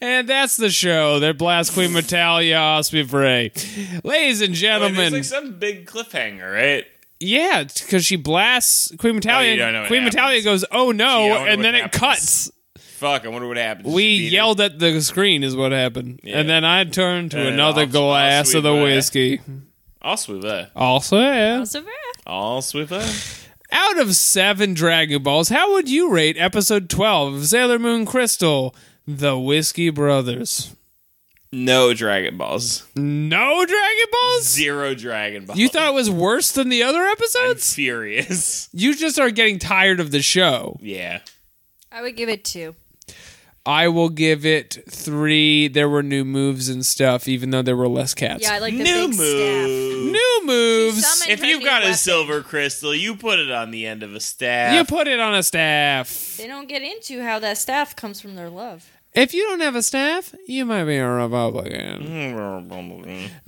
and that's the show. Their blast Queen Metalia Osprey. Ladies and
Wait,
gentlemen.
there's like some big cliffhanger, right?
Yeah, because she blasts Queen
Oh, you
Metalia.
don't know what
Queen Metalia
happens.
goes, "Oh
Gee, I
no!"
wonder
and
what
then it
happens.
cuts.
Fuck, I wonder what happened. Did
We
she beat
yelled at the screen, is what happened.
Yeah.
And then I turned to
And
another
all-
glass
all
of the
sweet, right?
whiskey.
It? All swiver.
Also, yeah.
So, yeah.
All swiver.
out of seven Dragon Balls, how would you rate episode twelve of Sailor Moon Crystal? The Whiskey Brothers.
No Dragon Balls.
No Dragon Balls.
Zero Dragon Balls.
You thought it was worse than the other
I'm
episodes?
furious.
you just are getting tired of the show.
Yeah.
I would give it two.
I will give it three. There were new moves and stuff, even though there were less cats.
Yeah, I like the
New
big staff.
move.
new moves.
summoned
If
her
you've
new
got a
weapon.
silver crystal, you put it on the end of a staff.
You put it on a staff.
They don't get into how that staff comes from their love.
If you don't have a staff, you might be a Republican.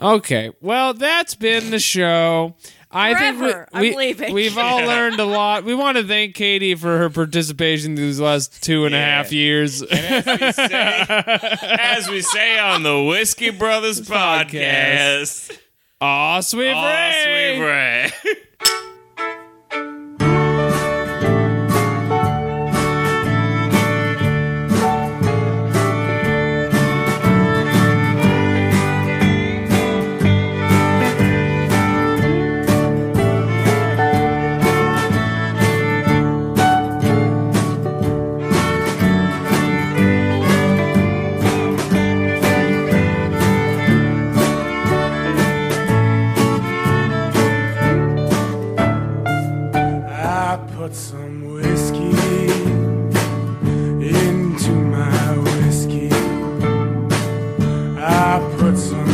Okay, well, that's been the show. I
Forever. I'm
think we, we,
leaving.
we've all learned a lot. We want to thank Katie for her participation these last two and a
Yeah.
half years.
we say, as we say on the Whiskey Brothers podcast.
Podcast. Aw, sweet
Aw,
Ray.
sweet Ray.
I put some whiskey into my whiskey. I put some